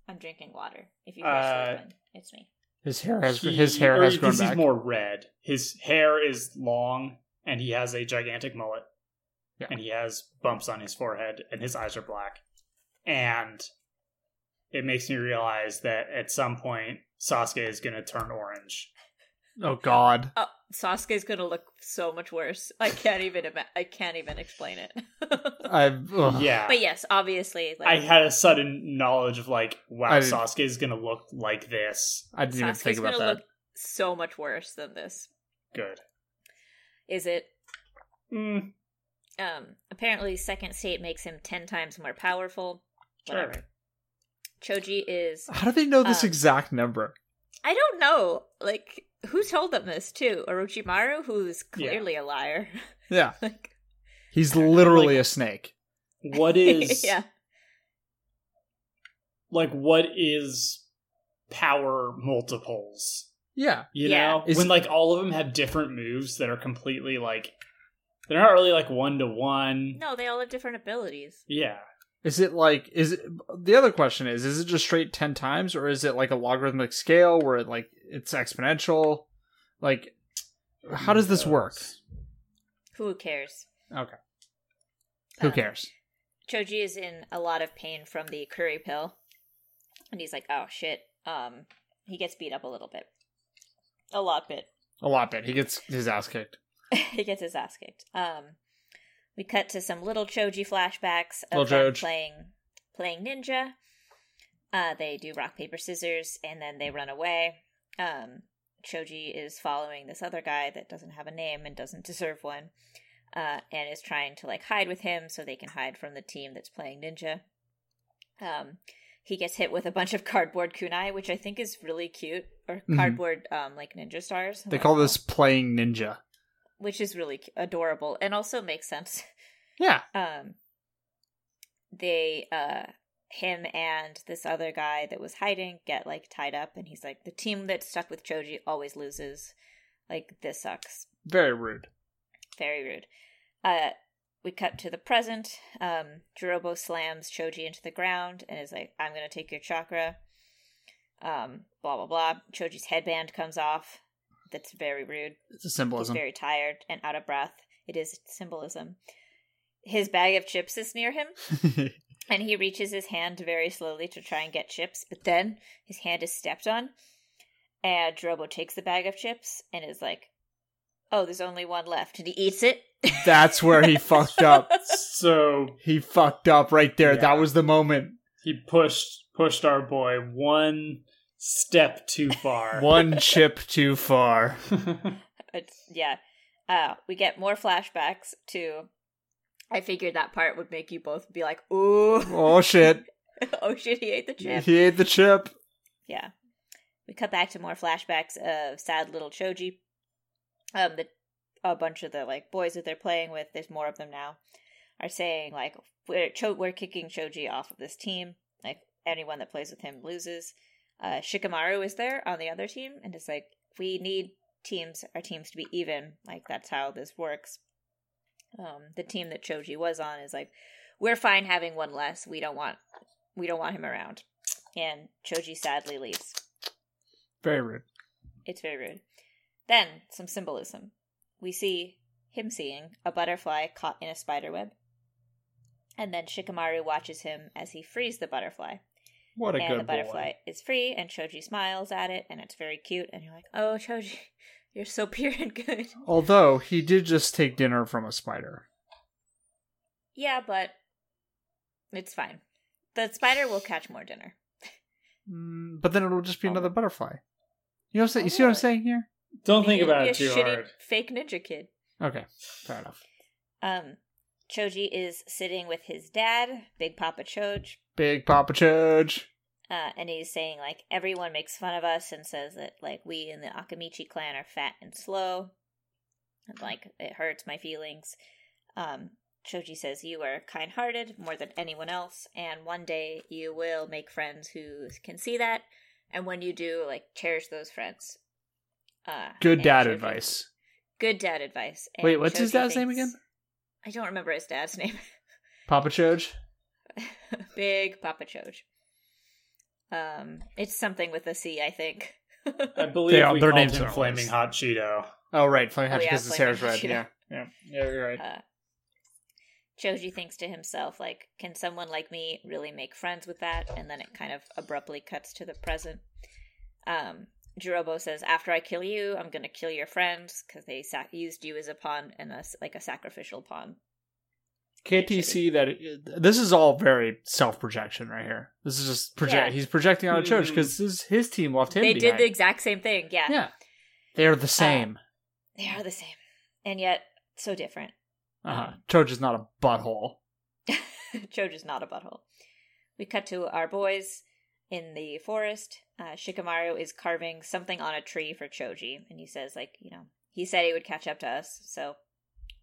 Speaker 3: i'm drinking water if you guys
Speaker 2: Uh,
Speaker 3: like one, it's me
Speaker 1: His hair has
Speaker 2: He-
Speaker 1: his hair
Speaker 2: or
Speaker 1: has
Speaker 2: you
Speaker 1: grown
Speaker 2: can see
Speaker 1: back.
Speaker 2: He's more red. His hair is long, and he has a gigantic mullet.
Speaker 1: Yeah.
Speaker 2: And he has bumps on his forehead, and his eyes are black. And it makes me realize that at some point Sasuke is going to turn orange,
Speaker 1: Oh God.
Speaker 3: Oh, Sasuke's gonna look so much worse. I can't even. Ima- I can't even explain it.
Speaker 1: I. ugh.
Speaker 2: Yeah.
Speaker 3: but yes, obviously, like,
Speaker 2: I had a sudden knowledge of like, wow,
Speaker 1: I didn't-
Speaker 2: Sasuke is gonna look like this.
Speaker 1: I didn't even
Speaker 3: Sasuke's
Speaker 1: think about
Speaker 3: gonna
Speaker 1: that.
Speaker 3: look so much worse than this.
Speaker 2: Good.
Speaker 3: Is it?
Speaker 2: Mm,
Speaker 3: Um. Apparently, second state makes him ten times more powerful.
Speaker 2: sure.
Speaker 3: Whatever. Choji is.
Speaker 1: How do they know
Speaker 2: uh,
Speaker 1: this
Speaker 3: Um,
Speaker 1: exact number?
Speaker 3: I don't know. Like, who told them this too? Orochimaru, who's
Speaker 2: Yeah.
Speaker 3: clearly a liar.
Speaker 1: Yeah,
Speaker 3: like,
Speaker 1: he's literally a snake.
Speaker 2: What is
Speaker 3: yeah.
Speaker 2: like what is power multiples?
Speaker 1: Yeah,
Speaker 2: You
Speaker 3: Yeah.
Speaker 2: know?
Speaker 1: Is-
Speaker 2: when like all of them have different moves that are completely like they're not really like one to one.
Speaker 3: No, they all have different abilities.
Speaker 2: Yeah.
Speaker 1: is it like is it? The other question is: is it just straight ten times, or is it like a logarithmic scale where it like it's exponential? Like, how does this work?
Speaker 3: Who cares?
Speaker 1: Okay, who
Speaker 2: Uh,
Speaker 3: Um,
Speaker 1: cares?
Speaker 3: Choji is in a lot of pain from the curry pill, and he's like, "Oh shit!" Um, he gets beat up a little bit, a lot bit.
Speaker 1: A lot bit. He gets his ass kicked.
Speaker 3: he gets his ass kicked. Um, we cut to some little Choji flashbacks of
Speaker 1: Little
Speaker 3: them
Speaker 1: Choj.
Speaker 3: playing playing ninja. Uh, they do rock paper scissors, and then they run away. Um, Choji is following this other guy that doesn't have a name and doesn't deserve one, uh, and is trying to like hide with him so they can hide from the team that's playing ninja. Um, he gets hit with a bunch of cardboard kunai, which I think is really cute, or
Speaker 1: Mhm.
Speaker 3: cardboard um, like ninja stars.
Speaker 1: They call
Speaker 3: Wow
Speaker 1: this playing ninja.
Speaker 3: which is really cu- adorable and also makes sense.
Speaker 1: Yeah,
Speaker 3: Um, they, uh, him and this other guy that was hiding get like tied up, and he's like, "The team that's stuck with Choji always loses. Like this sucks.
Speaker 1: very rude.
Speaker 3: Very rude." Uh, we cut to the present. Um, Jirobo slams Choji into the ground and is like, "I'm gonna take your chakra." Um, blah blah blah. Choji's headband comes off. That's very rude.
Speaker 1: It's a symbolism.
Speaker 3: He's very tired and out of breath. It is symbolism. His bag of chips is near him, and he reaches his hand very slowly to try and get chips, but then his hand is stepped on, and Drobo takes the bag of chips and is like, Oh, there's only one left, and he eats it.
Speaker 1: That's where he fucked up.
Speaker 2: So
Speaker 1: He fucked up right there. That
Speaker 2: Yeah.
Speaker 1: was the moment.
Speaker 2: he pushed pushed our boy one step too far.
Speaker 1: One chip too far.
Speaker 3: It's, yeah. Uh, we get more flashbacks to. I figured that part would make you both be like, Ooh,
Speaker 1: Oh shit.
Speaker 3: oh shit, he ate the chip.
Speaker 1: He ate the chip.
Speaker 3: Yeah. We cut back to more flashbacks of sad little Choji. Um, the a bunch of the like boys that they're playing with, there's more of them now, are saying like we're Cho- we're kicking Choji off of this team. Like anyone that plays with him loses. Uh, Shikamaru is there on the other team and is like, we need teams our teams to be even. Like that's how this works. Um, the team that Choji was on is like, we're fine having one less. We don't want we don't want him around. And Choji sadly leaves.
Speaker 1: Very rude.
Speaker 3: It's very rude. Then, some symbolism. We see him seeing a butterfly caught in a spider web. And then Shikamaru watches him as he frees the butterfly.
Speaker 1: What a
Speaker 3: and
Speaker 1: good
Speaker 3: the butterfly
Speaker 1: boy.
Speaker 3: is free, and Choji smiles at it, and it's very cute. And you're like, oh, Choji, you're so pure and good.
Speaker 1: Although he did just take dinner from a spider.
Speaker 3: yeah, but it's fine. The spider will catch more dinner.
Speaker 1: Mm, but then it'll just be
Speaker 3: Oh.
Speaker 1: another butterfly. You know what I'm saying? You see what I'm saying here?
Speaker 2: Don't think
Speaker 3: You'll be
Speaker 2: about
Speaker 3: a
Speaker 2: it too
Speaker 3: shitty
Speaker 2: hard.
Speaker 3: fake ninja kid.
Speaker 1: Okay. Fair enough.
Speaker 3: Um, Choji is sitting with his dad, Big Papa Choj,
Speaker 1: Big Papa Church.
Speaker 3: uh, and he's saying like everyone makes fun of us and says that like we in the Akamichi clan are fat and slow, and like it hurts my feelings. Um, Choji says you are kind-hearted more than anyone else, and one day you will make friends who can see that, and when you do, like cherish those friends. Uh,
Speaker 1: Good
Speaker 3: and
Speaker 1: dad
Speaker 3: Choji-
Speaker 1: advice.
Speaker 3: Good dad advice. And
Speaker 1: Wait, what's his
Speaker 3: Choji
Speaker 1: dad's name
Speaker 3: thinks-
Speaker 1: again?
Speaker 3: I don't remember his dad's name.
Speaker 1: Papa Church?
Speaker 3: Big Papa Choj. Um, it's something with a C, I think.
Speaker 2: I believe
Speaker 1: They are-
Speaker 2: we
Speaker 1: their
Speaker 2: called
Speaker 1: names
Speaker 2: him
Speaker 1: are always-
Speaker 2: Flaming Hot Cheeto.
Speaker 1: Oh, right. Flame Hatch
Speaker 3: yeah,
Speaker 1: because his
Speaker 3: Flame
Speaker 1: hair is red.
Speaker 3: Hatch,
Speaker 1: Yeah.
Speaker 3: yeah.
Speaker 2: Yeah, yeah, you're right.
Speaker 3: uh, Choji thinks to himself, like, can someone like me really make friends with that? And then it kind of abruptly cuts to the present. Um, Jirobo says, "After I kill you, I'm gonna kill your friends because they sac- used you as a pawn and a s- like a sacrificial pawn."
Speaker 1: KTC that this is all very self projection right here. This is just project.
Speaker 3: Yeah. Hmm.
Speaker 1: He's projecting on a church
Speaker 2: Mhm.
Speaker 1: because his his team left him.
Speaker 3: they did Uh,
Speaker 1: behind.
Speaker 3: the exact same thing. Yeah.
Speaker 1: yeah. They're the same.
Speaker 3: they are the same, and yet so different.
Speaker 1: Uh, huh
Speaker 3: hmm.
Speaker 1: Church is not a butthole.
Speaker 3: Choja's not a butthole. We cut to our boys in the forest. Uh, Shikamaru is carving something on a tree for Choji, and he says, like, you know, he said he would catch up to us, so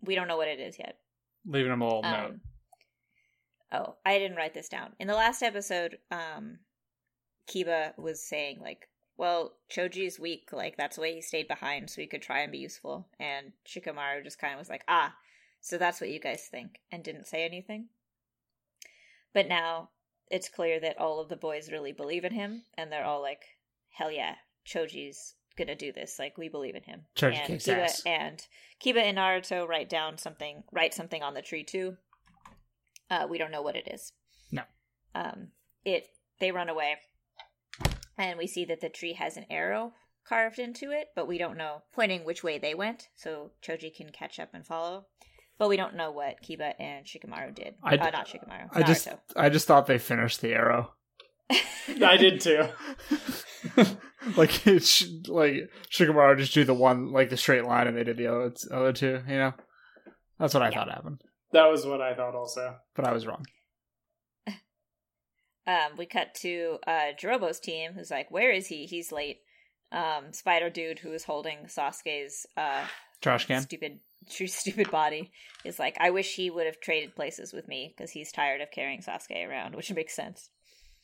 Speaker 3: we don't know what it is yet.
Speaker 1: Leaving him a little note.
Speaker 3: Um, oh, I didn't write this down. In the last episode, um, Kiba was saying, like, well, Choji is weak. Like, that's why he stayed behind, so he could try and be useful. And Shikamaru just kind of was like, ah, so that's what you guys think, and didn't say anything. But now it's clear that all of the boys really believe in him, and they're all like, hell yeah, Choji's gonna do this. Like, we believe in him.
Speaker 1: Choji
Speaker 3: and
Speaker 1: kicks
Speaker 3: Kiba
Speaker 1: ass.
Speaker 3: and Kiba and Naruto write down something, write something on the tree too. Uh, we don't know what it is.
Speaker 1: No.
Speaker 3: Um, it they run away, and we see that the tree has an arrow carved into it, but we don't know pointing which way they went, so Choji can catch up and follow. But we don't know what Kiba and Shikamaru did.
Speaker 1: I-
Speaker 3: uh, not Shikamaru.
Speaker 1: I just
Speaker 3: Naruto.
Speaker 1: I just thought they finished the arrow.
Speaker 2: I did too.
Speaker 1: like it sh- like Shikamaru just do the one like the straight line and they did the other other two. You know, that's what I
Speaker 3: Yeah.
Speaker 1: thought happened,
Speaker 2: That was what I thought also.
Speaker 1: but I was wrong.
Speaker 3: Um, we cut to uh, Jirobo's team, who's like, "Where is he? He's late." Um, Spider dude, who is holding Sasuke's uh,
Speaker 1: Trash can.
Speaker 3: stupid true stupid body is like i wish he would have traded places with me because he's tired of carrying sasuke around which makes sense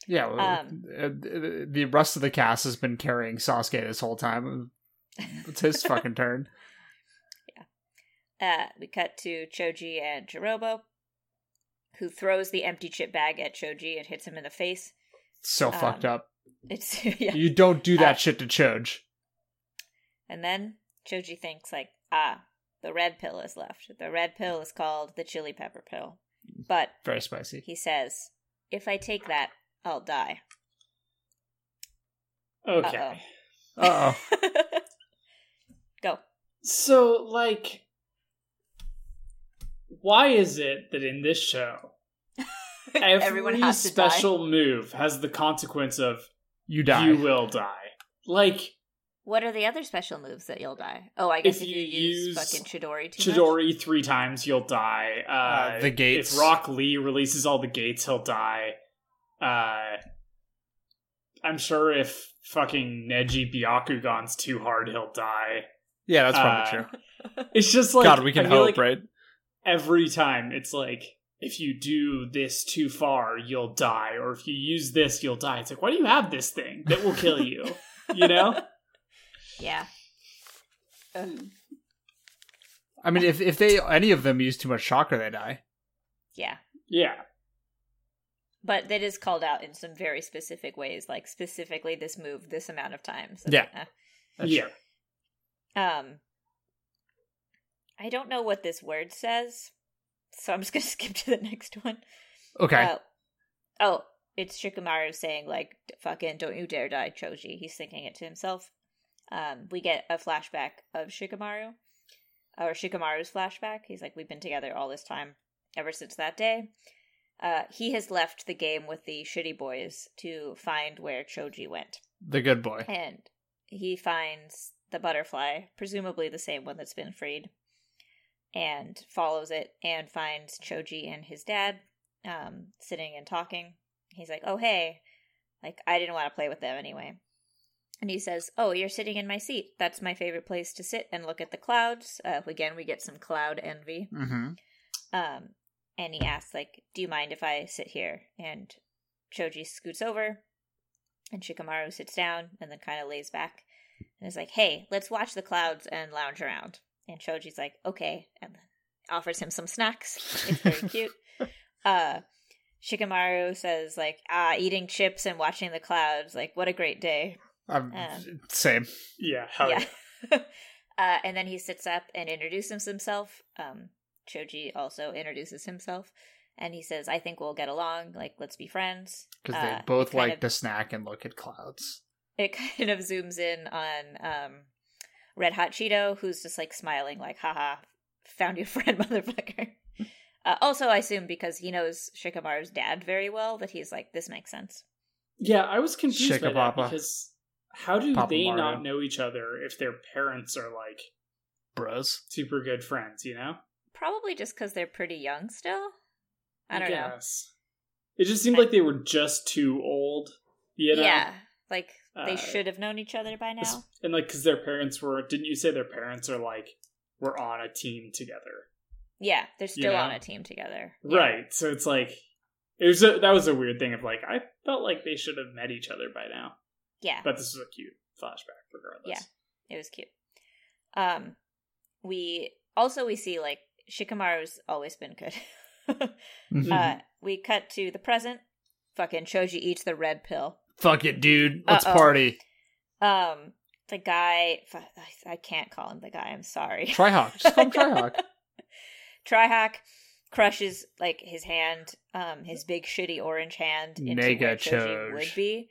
Speaker 1: Yeah, well,
Speaker 3: Um,
Speaker 1: uh, the the rest of the cast has been carrying Sasuke this whole time. It's his fucking turn.
Speaker 3: uh, we cut to choji and jirobo who throws the empty chip bag at choji and hits him in the face
Speaker 1: It's so
Speaker 3: Um,
Speaker 1: fucked up.
Speaker 3: it's yeah
Speaker 1: You don't do that
Speaker 3: Uh,
Speaker 1: shit to Choj.
Speaker 3: and then choji thinks like ah the red pill is left the red pill is called the chili pepper pill but
Speaker 1: Very spicy.
Speaker 3: he says if i take that i'll die
Speaker 2: Okay.
Speaker 3: Uh-oh.
Speaker 1: Uh oh.
Speaker 3: go
Speaker 2: So, like, why is it that in this show, every
Speaker 3: everyone has to die
Speaker 2: special move has the consequence of
Speaker 1: You die.
Speaker 2: you will die? Like,
Speaker 3: What are the other special moves that you'll die? Oh, I guess
Speaker 2: If
Speaker 3: if, you,
Speaker 2: you
Speaker 3: use,
Speaker 2: use
Speaker 3: fucking Chidori too much.
Speaker 2: Chidori three times, you'll die. Uh,
Speaker 1: Uh, the gates.
Speaker 2: If Rock Lee releases all the gates, he'll die. Uh, I'm sure if fucking Neji Byakugan's too hard, he'll die.
Speaker 1: yeah, that's probably
Speaker 2: Uh,
Speaker 1: true.
Speaker 2: It's just like
Speaker 1: God, we can
Speaker 2: I feel
Speaker 1: hope,
Speaker 2: like
Speaker 1: right?
Speaker 2: Every time, it's like if you do this too far, you'll die, or if you use this, you'll die. It's like why do you have this thing that will kill you? you know?
Speaker 3: Yeah.
Speaker 1: I mean, if if they any of them use too much chakra, they die.
Speaker 3: Yeah.
Speaker 2: Yeah.
Speaker 3: But that is called out in some very specific ways, like specifically this move this amount of times.
Speaker 1: Yeah.
Speaker 3: Uh,
Speaker 1: That's
Speaker 2: yeah.
Speaker 3: Um I don't know what this word says, so I'm just gonna skip to the next one.
Speaker 1: Okay.
Speaker 3: Uh, oh, it's Shikamaru saying like, "D- "Fucking don't you dare die, Choji." He's thinking it to himself. Um, we get a flashback of Shikamaru, or Shikamaru's flashback. He's like, "We've been together all this time, ever since that day." Uh, he has left the game with the shitty boys to find where Choji went,
Speaker 1: the good boy.
Speaker 3: and he finds the butterfly, presumably the same one that's been freed, and follows it and finds Choji and his dad um, sitting and talking. He's like, "Oh hey, like I didn't want to play with them anyway." And he says, "Oh, you're sitting in my seat. That's my favorite place to sit and look at the clouds." Uh, again, we get some cloud envy.
Speaker 1: Mm-hmm.
Speaker 3: Um, and he asks, like, "Do you mind if I sit here?" And Choji scoots over, and Shikamaru sits down, and then kind of lays back, and is like, "Hey, let's watch the clouds and lounge around." And Choji's like, "Okay," and then offers him some snacks. It's very cute. Uh, Shikamaru says, like, "Ah, eating chips and watching the clouds. Like, what a great day."
Speaker 1: I'm
Speaker 3: Um,
Speaker 1: same.
Speaker 2: Yeah. Hell Oh, yeah.
Speaker 3: yeah. uh, and then he sits up and introduces himself. Um, Choji also introduces himself, and he says, "I think we'll get along. Like, let's be friends."
Speaker 1: Because they
Speaker 3: uh,
Speaker 1: both
Speaker 3: kind
Speaker 1: like
Speaker 3: of-
Speaker 1: to snack and look at clouds.
Speaker 3: it kind of zooms in on um, Red Hot Cheeto, who's just like smiling, like, haha, found your friend, motherfucker. Uh, also, I assume because he knows Shikamaru's dad very well, that he's like, this makes sense.
Speaker 2: Yeah, I was confused by that
Speaker 1: Shikapapa.
Speaker 2: because how do
Speaker 1: Papa
Speaker 2: they
Speaker 1: Mario.
Speaker 2: not know each other if their parents are like
Speaker 1: bros.
Speaker 2: super good friends? You know,
Speaker 3: Probably just because they're pretty young still. I don't know.
Speaker 2: guess. It just seemed like they were just too old. You know?
Speaker 3: yeah, like they
Speaker 2: Uh,
Speaker 3: should have known each other by now.
Speaker 2: And like, because their parents were, didn't you say their parents are like, we're on a team together?
Speaker 3: Yeah, they're
Speaker 2: you
Speaker 3: still
Speaker 2: know?
Speaker 3: on a team together.
Speaker 2: Right. So it's like, it was a, that was a weird thing of like, I felt like they should have met each other by now.
Speaker 3: Yeah,
Speaker 2: But this was a cute flashback, regardless.
Speaker 3: it was cute. Um, we also we see like Shikamaru's always been good.
Speaker 2: Mm-hmm.
Speaker 3: uh, we cut to the present. Fucking Choji eats the red pill.
Speaker 1: Fuck it, dude. Let's
Speaker 3: Uh-oh.
Speaker 1: party.
Speaker 3: Um, the guy, fu- I- I can't call him the guy. I'm sorry.
Speaker 1: Tryhawk. Just call him Tryhawk.
Speaker 3: Tryhawk crushes like his hand, um, his big shitty orange hand into
Speaker 1: Mega
Speaker 3: where Choji
Speaker 1: Choj.
Speaker 3: would be.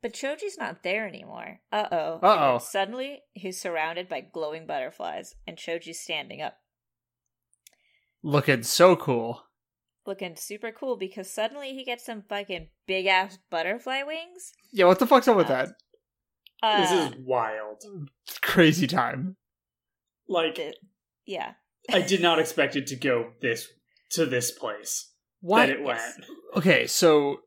Speaker 3: But Choji's not there anymore. Uh oh.
Speaker 1: Uh-oh.
Speaker 3: Suddenly, he's surrounded by glowing butterflies, and Choji's standing up,
Speaker 1: Looking so cool.
Speaker 3: looking super cool because suddenly he gets some fucking big ass butterfly wings.
Speaker 1: Yeah, what the fuck's up with that?
Speaker 3: Uh,
Speaker 2: This is wild.
Speaker 1: Crazy time.
Speaker 2: Like,
Speaker 3: it- yeah.
Speaker 2: I did not expect it to go this to this place
Speaker 1: What?
Speaker 2: that it went.
Speaker 3: Yes.
Speaker 1: Okay, so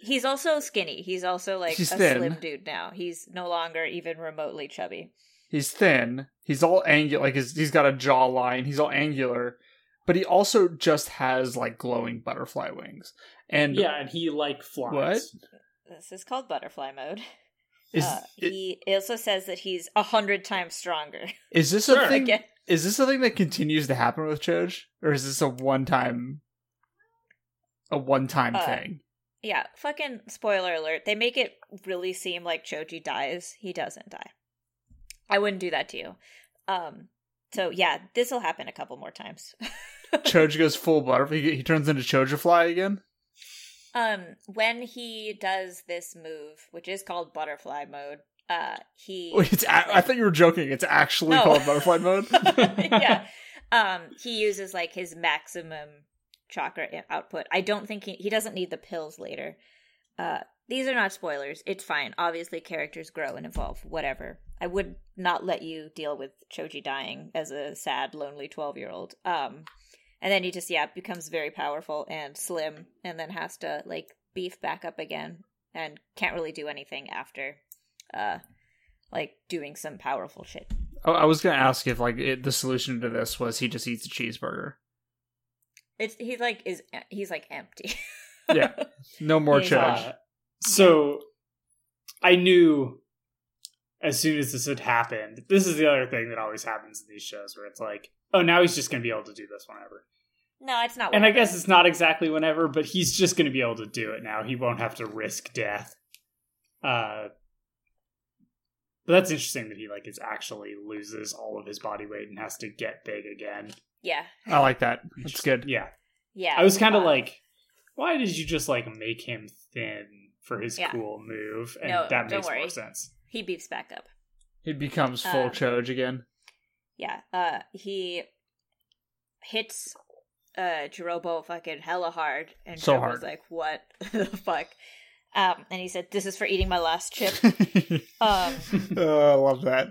Speaker 3: He's also skinny. He's also like
Speaker 1: He's
Speaker 3: a
Speaker 1: thin.
Speaker 3: slim dude now. He's no longer even remotely chubby.
Speaker 1: he's thin. He's all angular. Like his, he's got a jawline. He's all angular, but he also just has like glowing butterfly wings. And
Speaker 2: yeah, and he like flies.
Speaker 1: What?
Speaker 3: This is called butterfly mode.
Speaker 1: is
Speaker 3: uh,
Speaker 1: i-
Speaker 3: he also says that he's a hundred times stronger.
Speaker 1: is this
Speaker 2: Sure,
Speaker 1: a thing?
Speaker 3: Again,
Speaker 1: Is this a thing that continues to happen with Choj, or is this a one time? A one time
Speaker 3: Uh,
Speaker 1: thing.
Speaker 3: yeah, fucking spoiler alert. They make it really seem like Choji dies. He doesn't die. I wouldn't do that to you. Um, so yeah, this will happen a couple more times.
Speaker 1: Choj goes full butterfly. He, he turns into Chojafly again.
Speaker 3: um, when he does this move, which is called butterfly mode, uh, he
Speaker 1: Wait, it's. A- I thought you were joking. It's actually
Speaker 3: No.
Speaker 1: called butterfly mode.
Speaker 3: yeah. Um, he uses like his maximum chakra i- output. I don't think he, he doesn't need the pills later. Uh, these are not spoilers. It's fine. Obviously, characters grow and evolve. Whatever. I would not let you deal with Choji dying as a sad, lonely twelve-year-old. Um, and then he just yeah becomes very powerful and slim, and then has to like beef back up again, and can't really do anything after, uh, like doing some powerful shit.
Speaker 1: Oh, I was gonna ask if like it, the solution to this was he just eats a cheeseburger.
Speaker 3: It's he like is he's like empty.
Speaker 1: Yeah. No more
Speaker 3: He's
Speaker 1: Choj.
Speaker 2: Uh, so I knew as soon as this had happened. This is the other thing that always happens in these shows where it's like, oh, now he's just going to be able to do this whenever.
Speaker 3: no, it's not.
Speaker 2: And I
Speaker 3: worth it.
Speaker 2: guess it's not exactly whenever, but he's just going to be able to do it now. He won't have to risk death. Uh, but that's interesting that he like is actually loses all of his body weight and has to get big again.
Speaker 3: yeah,
Speaker 1: I like that. That's good.
Speaker 2: Yeah,
Speaker 3: yeah.
Speaker 2: I was kind of
Speaker 3: uh,
Speaker 2: like, why did you just like make him thin for his
Speaker 3: Yeah.
Speaker 2: cool move? And
Speaker 3: No,
Speaker 2: that
Speaker 3: don't
Speaker 2: makes more
Speaker 3: worry.
Speaker 2: sense.
Speaker 3: he beefs back up.
Speaker 1: He becomes full
Speaker 3: Uh,
Speaker 1: Choj again.
Speaker 3: Yeah, uh, he hits uh Jirobo fucking hella hard, and
Speaker 1: So
Speaker 3: Jirobo's
Speaker 1: hard.
Speaker 3: like, "What the fuck?" Um, and he said, "This is for eating my last chip." um,
Speaker 1: oh, I love that.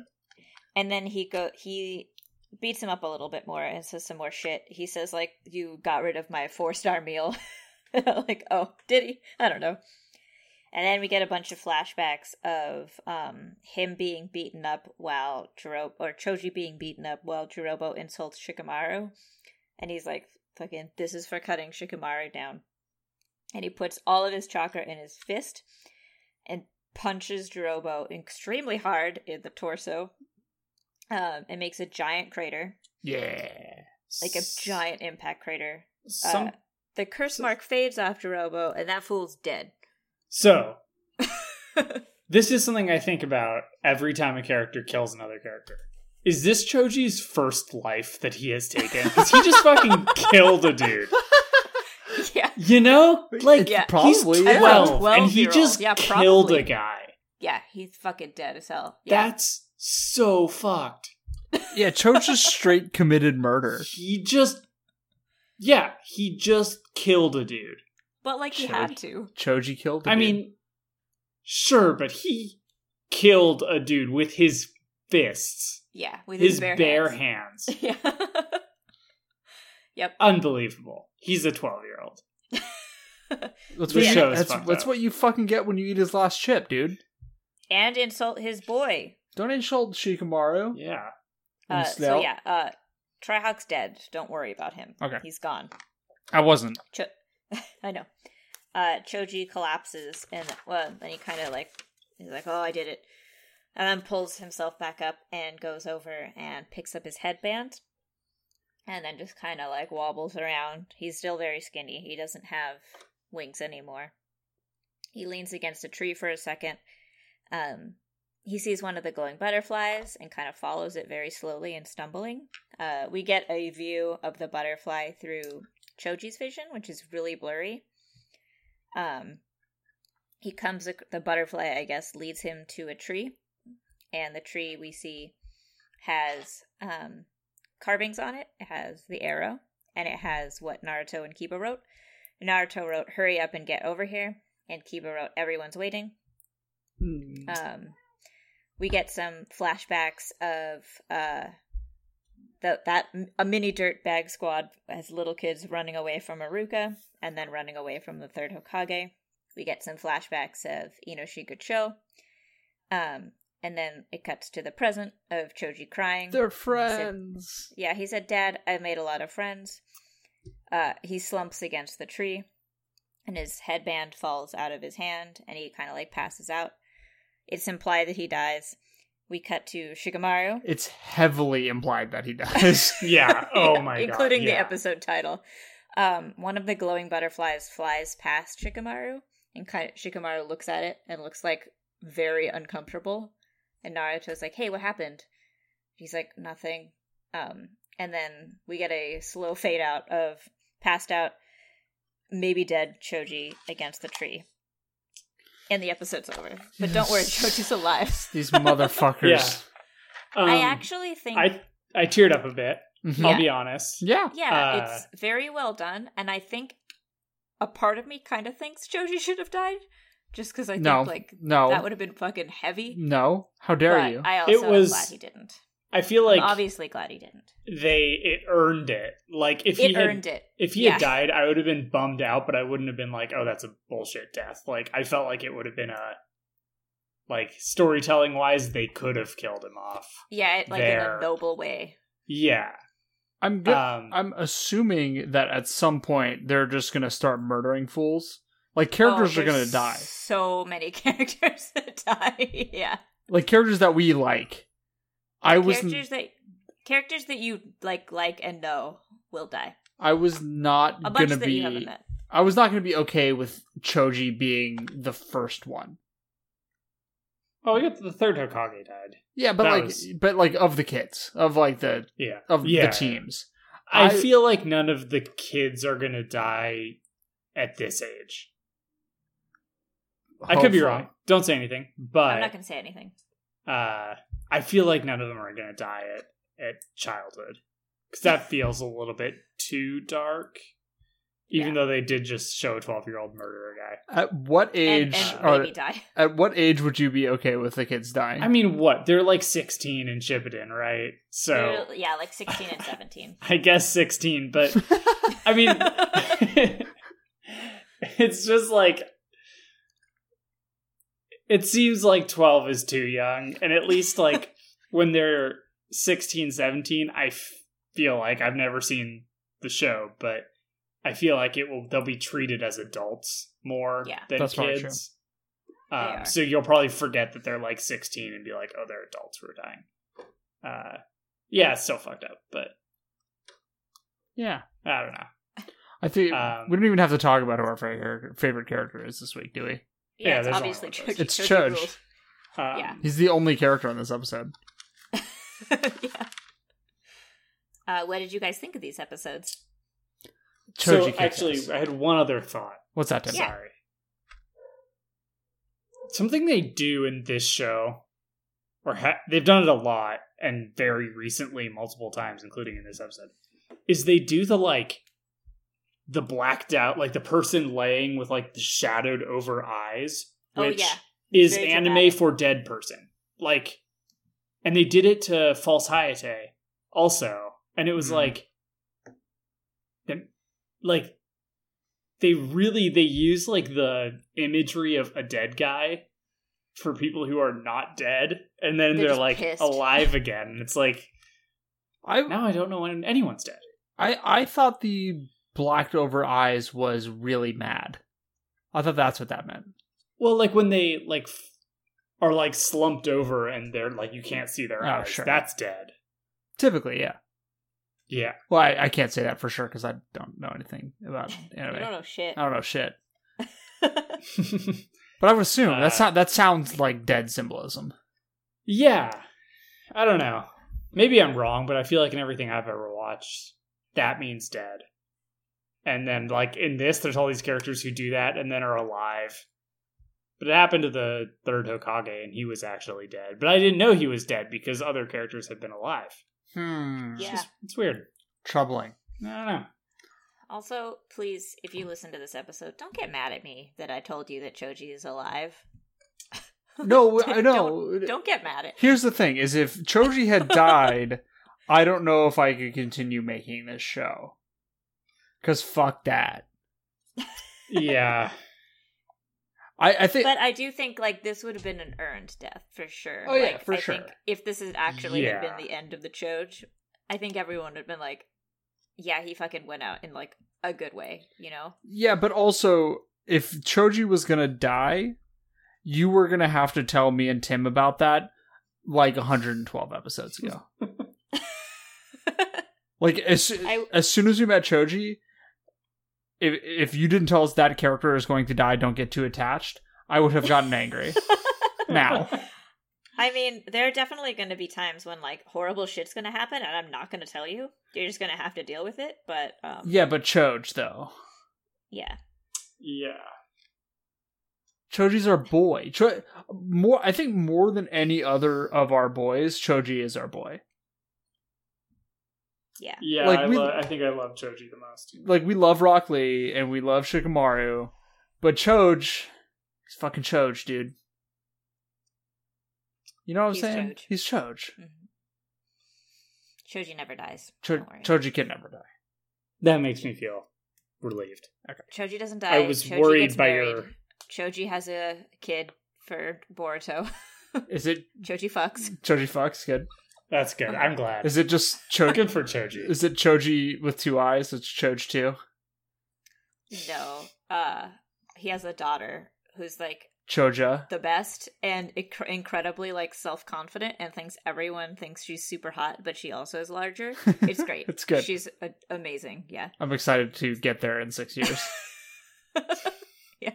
Speaker 3: and then he go he beats him up a little bit more and says some more shit. He says like, "You got rid of my four star meal." like, oh, did he? I don't know. And then we get a bunch of flashbacks of um, him being beaten up while Jirobo or Choji being beaten up while Jirobo insults Shikamaru, and he's like, "Fucking, this is for cutting Shikamaru down." And he puts all of his chakra in his fist and punches Jirobo extremely hard in the torso. Um, and makes a giant crater,
Speaker 1: Yeah.
Speaker 3: like a giant impact crater. Uh,
Speaker 2: Some,
Speaker 3: the curse mark fades off Jirobo, and that fool's dead.
Speaker 2: so, this is something I think about every time a character kills another character. Is this Choji's first life that he has taken? Because he just fucking killed a dude.
Speaker 3: yeah.
Speaker 2: You know? Like,
Speaker 3: Yeah.
Speaker 2: he's
Speaker 1: Probably. yeah.
Speaker 2: 12,
Speaker 3: Yeah,
Speaker 2: and he
Speaker 3: 12-year-old.
Speaker 2: just
Speaker 3: Yeah,
Speaker 2: killed
Speaker 3: probably.
Speaker 2: a guy.
Speaker 3: yeah, he's fucking dead as hell. Yeah.
Speaker 2: That's so fucked.
Speaker 1: Yeah, Cho just straight committed murder.
Speaker 2: He just, yeah, he just killed a dude.
Speaker 3: but like he
Speaker 1: Sure.
Speaker 3: had to.
Speaker 1: Choji killed. the
Speaker 2: I
Speaker 1: dude.
Speaker 2: mean, sure, but he killed a dude with his fists,
Speaker 3: Yeah, with
Speaker 2: his,
Speaker 3: his, bare, hands.
Speaker 2: hands.
Speaker 3: yeah.
Speaker 2: Unbelievable. He's a 12 year old.
Speaker 1: that's
Speaker 2: the
Speaker 1: what you,
Speaker 2: show is
Speaker 1: that's,
Speaker 2: fucked
Speaker 1: that's
Speaker 2: up.
Speaker 1: what you fucking get when you eat his last chip, dude.
Speaker 3: and insult his boy.
Speaker 1: Don't insult Shikamaru.
Speaker 2: Yeah.
Speaker 1: And
Speaker 3: Uh,
Speaker 1: Snell.
Speaker 3: so yeah, uh, Trihawk's dead. Don't worry about him.
Speaker 1: Okay.
Speaker 3: he's gone.
Speaker 1: I wasn't.
Speaker 3: Cho- I know. Uh, Choji collapses and well, then he kind of like he's like, "Oh, I did it," and then pulls himself back up and goes over and picks up his headband, and then just kind of like wobbles around. He's still very skinny. He doesn't have wings anymore. He leans against a tree for a second. Um, he sees one of the glowing butterflies and kind of follows it very slowly and stumbling. Uh, we get a view of the butterfly through Choji's vision, which is really blurry. Um, he comes ac- the butterfly, I guess, leads him to a tree, and the tree we see has um, carvings on it. It has the arrow, and it has what Naruto and Kiba wrote. Naruto wrote, "Hurry up and get over here," and Kiba wrote, "Everyone's waiting." um, we get some flashbacks of uh, the, that a mini dirt bag squad as little kids running away from Aruka and then running away from the third Hokage. We get some flashbacks of Inoshika Cho, um, and then it cuts to the present of Choji crying.
Speaker 1: They're friends.
Speaker 3: Yeah, he said, Dad, I've made a lot of friends. Uh, he slumps against the tree, and his headband falls out of his hand, and he kind of like passes out. It's implied that he dies. We cut to Shikamaru.
Speaker 1: It's heavily implied that he dies.
Speaker 2: Yeah. Oh
Speaker 3: Yeah,
Speaker 2: my god.
Speaker 3: Including the
Speaker 2: yeah.
Speaker 3: episode title. Um, one of the glowing butterflies flies past Shikamaru, and kind of, Shikamaru looks at it and looks like very uncomfortable. And Naruto's like, "Hey, what happened?" He's like, "Nothing." Um, and then we get a slow fade out of passed out, maybe dead Choji against the tree. And the episode's over. But don't worry,
Speaker 1: Yes.
Speaker 3: Choji's alive.
Speaker 1: These motherfuckers.
Speaker 2: Um,
Speaker 3: I actually think
Speaker 2: I I teared up a bit.
Speaker 1: Mhm.
Speaker 2: I'll
Speaker 3: Yeah.
Speaker 2: be honest.
Speaker 1: yeah.
Speaker 3: Yeah,
Speaker 2: Uh,
Speaker 3: it's very well done, and I think a part of me kind of thinks Joji should have died, just because I think
Speaker 1: No.
Speaker 3: like
Speaker 1: no.
Speaker 3: that would have been fucking heavy.
Speaker 1: no. How dare
Speaker 3: but
Speaker 1: you?
Speaker 3: I also
Speaker 2: was,
Speaker 3: am glad he didn't.
Speaker 2: I feel
Speaker 3: I'm
Speaker 2: like
Speaker 3: obviously glad he didn't.
Speaker 2: they it earned it. Like if he
Speaker 3: It
Speaker 2: had,
Speaker 3: earned it.
Speaker 2: if he
Speaker 3: Yeah.
Speaker 2: had died, I would have been bummed out, but I wouldn't have been like, "Oh, that's a bullshit death." Like I felt like it would have been a like storytelling wise, they could have killed him off.
Speaker 3: Yeah, it, like in
Speaker 2: There.
Speaker 3: a noble way.
Speaker 2: Yeah.
Speaker 1: I'm good.
Speaker 2: Um,
Speaker 1: I'm assuming that at some point they're just gonna start murdering fools. Like characters
Speaker 3: Oh,
Speaker 1: are gonna
Speaker 3: there's
Speaker 1: die.
Speaker 3: So many characters that die. yeah,
Speaker 1: Like characters that we like. I was
Speaker 3: characters that characters that you like, like and know will die.
Speaker 1: I was not
Speaker 3: A bunch
Speaker 1: gonna
Speaker 3: that
Speaker 1: be
Speaker 3: you haven't met.
Speaker 1: I was not gonna be okay with Choji being the first one.
Speaker 2: oh, we got the third Hokage died.
Speaker 1: Yeah, but
Speaker 2: That
Speaker 1: like
Speaker 2: was-
Speaker 1: but like of the kids. Of like the
Speaker 2: Yeah.
Speaker 1: of
Speaker 2: yeah.
Speaker 1: the teams.
Speaker 2: I,
Speaker 1: I-
Speaker 2: feel like none of the kids are gonna die at this age. I could be
Speaker 1: Hopefully.
Speaker 2: wrong. Don't say anything.
Speaker 3: I'm not
Speaker 2: But
Speaker 3: gonna say anything.
Speaker 2: uh, I feel like none of them are gonna die at at childhood because that feels a little bit too dark. Even
Speaker 3: Yeah.
Speaker 2: though they did just show a twelve year old murderer guy.
Speaker 1: At what age uh,
Speaker 3: and, and
Speaker 1: are
Speaker 3: maybe die.
Speaker 1: At what age would you be okay with the kids dying?
Speaker 2: I mean, what? They're like sixteen in Shippuden, right? So
Speaker 3: They're- yeah, like 16 and 17.
Speaker 2: I guess sixteen, but I mean, it's just like it seems like 12 is too young and at least like when they're 16 17 i f- feel like i've never seen the show but i feel like it will they'll be treated as adults more
Speaker 3: Yeah.
Speaker 2: than
Speaker 1: That's probably true.
Speaker 2: kids
Speaker 3: are.
Speaker 2: um, so you'll probably forget that they're like 16 and be like oh they're adults who are dying uh, yeah it's still fucked up but
Speaker 1: yeah.
Speaker 2: i don't know
Speaker 1: I think
Speaker 2: Um,
Speaker 1: we don't even have to talk about who our favorite favorite character is this week, do we?
Speaker 3: yeah,
Speaker 2: Yeah,
Speaker 3: it's
Speaker 2: there's
Speaker 3: obviously
Speaker 2: only one
Speaker 3: Choji.
Speaker 2: of
Speaker 1: It's
Speaker 3: Choji
Speaker 1: Chudge.
Speaker 3: rules.
Speaker 2: um,
Speaker 3: Yeah.
Speaker 1: He's the only character on this episode.
Speaker 3: yeah. Uh, what did you guys think of these episodes?
Speaker 1: Choji
Speaker 2: so
Speaker 1: kicks
Speaker 2: actually
Speaker 1: ass.
Speaker 2: i had one other thought
Speaker 1: what's that? Tim?
Speaker 3: Yeah.
Speaker 2: Sorry. something they do in this show, or ha- they've done it a lot and very recently, multiple times, including in this episode, is they do the like the blacked out, like the person laying with like the shadowed over eyes,
Speaker 3: Oh,
Speaker 2: which
Speaker 3: yeah.
Speaker 2: is
Speaker 3: Very
Speaker 2: anime
Speaker 3: dramatic.
Speaker 2: for dead person. Like, and they did it to False Hayate also, and it was
Speaker 1: Mhm.
Speaker 2: like, them- like they really they use like the imagery of a dead guy for people who are not dead and then
Speaker 3: They're
Speaker 2: they're,
Speaker 3: just
Speaker 2: like
Speaker 3: pissed.
Speaker 2: alive again and it's like
Speaker 1: I
Speaker 2: now i don't know when anyone's dead
Speaker 1: I I thought the blacked over eyes was really mad. I thought that's what that meant.
Speaker 2: well like when they like f- are like slumped over and they're like you can't see their
Speaker 1: Oh,
Speaker 2: eyes
Speaker 1: sure.
Speaker 2: that's dead
Speaker 1: Typically, yeah.
Speaker 2: yeah
Speaker 1: Well, I, I can't say that for sure because I don't know anything about anime.
Speaker 3: You don't know shit.
Speaker 1: I don't know shit.
Speaker 2: yeah
Speaker 1: But I would assume that's
Speaker 2: Uh,
Speaker 1: not, that sounds like dead symbolism.
Speaker 2: yeah i don't know maybe i'm wrong but i feel like in everything i've ever watched that means dead and then like in this there's all these characters who do that and then are alive but it happened to the third hokage and he was actually dead but i didn't know he was dead because other characters had been alive
Speaker 1: Hmm.
Speaker 3: Yeah.
Speaker 2: it's, it's weird
Speaker 1: Troubling.
Speaker 2: i don't know
Speaker 3: Also, please, if you listen to this episode, don't get mad at me that I told you that Choji is alive.
Speaker 1: No, I know.
Speaker 3: Don't- Don't get mad at
Speaker 1: Here's the thing: is if Choji had died, I don't know if I could continue making this show. Cause fuck that.
Speaker 2: yeah
Speaker 1: I I think
Speaker 3: But I do think like this would have been an earned death for sure.
Speaker 1: Oh, yeah,
Speaker 3: like,
Speaker 1: for
Speaker 3: I
Speaker 1: sure.
Speaker 3: Think if this had actually
Speaker 2: Yeah.
Speaker 3: had been the end of the Choj, I think everyone would have been like, "Yeah, he fucking went out in like a good way," you know?
Speaker 1: yeah, but also if Choji was gonna die, you were gonna have to tell me and Tim about that like 112 episodes ago. Like as
Speaker 3: I-
Speaker 1: as soon as we met Choji, if if you didn't tell us that character is going to die, don't get too attached. I would have gotten angry. now,
Speaker 3: I mean, there are definitely going to be times when like horrible shit's going to happen, and I'm not going to tell you. You're just going to have to deal with it. But um,
Speaker 1: yeah, but Choj though.
Speaker 3: yeah,
Speaker 2: yeah
Speaker 1: Choji's our boy. Cho- more, I think, more than any other of our boys, Choji is our boy.
Speaker 3: yeah.
Speaker 2: yeah
Speaker 1: Like,
Speaker 2: I,
Speaker 1: we-
Speaker 2: lo- I think i love choji the most
Speaker 1: Like we love Rock Lee and we love Shikamaru, but Choj, he's fucking Choj, dude. You know what I'm
Speaker 3: He's
Speaker 1: saying?
Speaker 3: Choj.
Speaker 1: He's Choj.
Speaker 3: Mhm. Choji never dies.
Speaker 1: Cho-
Speaker 3: Don't worry.
Speaker 1: Choji can never die.
Speaker 2: that makes me feel relieved
Speaker 3: Choji doesn't
Speaker 2: i
Speaker 3: die.
Speaker 2: was
Speaker 3: Choji gets
Speaker 2: worried by
Speaker 3: married.
Speaker 2: your
Speaker 3: Choji has a kid for Boruto.
Speaker 1: Is it
Speaker 3: Choji fucks.
Speaker 1: Choji fucks? Good.
Speaker 2: that's good i'm glad
Speaker 1: Is it just Choji?
Speaker 2: good for choji
Speaker 1: is it Choji with two eyes? It's Choj too.
Speaker 2: Mm.
Speaker 3: No. Uh he has a daughter who's like
Speaker 1: Choja.
Speaker 3: the best and inc- incredibly like self-confident and thinks everyone thinks she's super hot, but she also is larger. It's great.
Speaker 1: It's good.
Speaker 3: She's a- amazing. Yeah.
Speaker 1: I'm excited to get there in six years.
Speaker 3: yeah.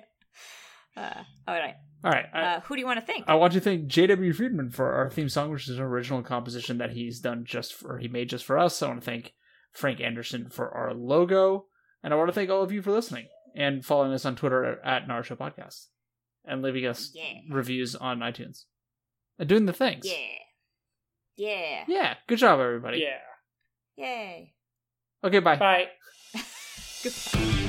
Speaker 3: Uh, all right.
Speaker 1: All right. I-
Speaker 3: Uh, who do you want to thank?
Speaker 1: I want to thank J.W. Friedman for our theme song, which is an original composition that he's done just for, he made just for us. I want to thank Frank Anderson for our logo, and I want to thank all of you for listening and following us on Twitter at Naruto Podcast and leaving us
Speaker 3: Yeah.
Speaker 1: reviews on iTunes and doing the things.
Speaker 3: Yeah. Yeah.
Speaker 1: Yeah. Good job, everybody.
Speaker 2: yeah
Speaker 3: Yay.
Speaker 1: Okay. Bye.
Speaker 2: bye
Speaker 3: Goodbye.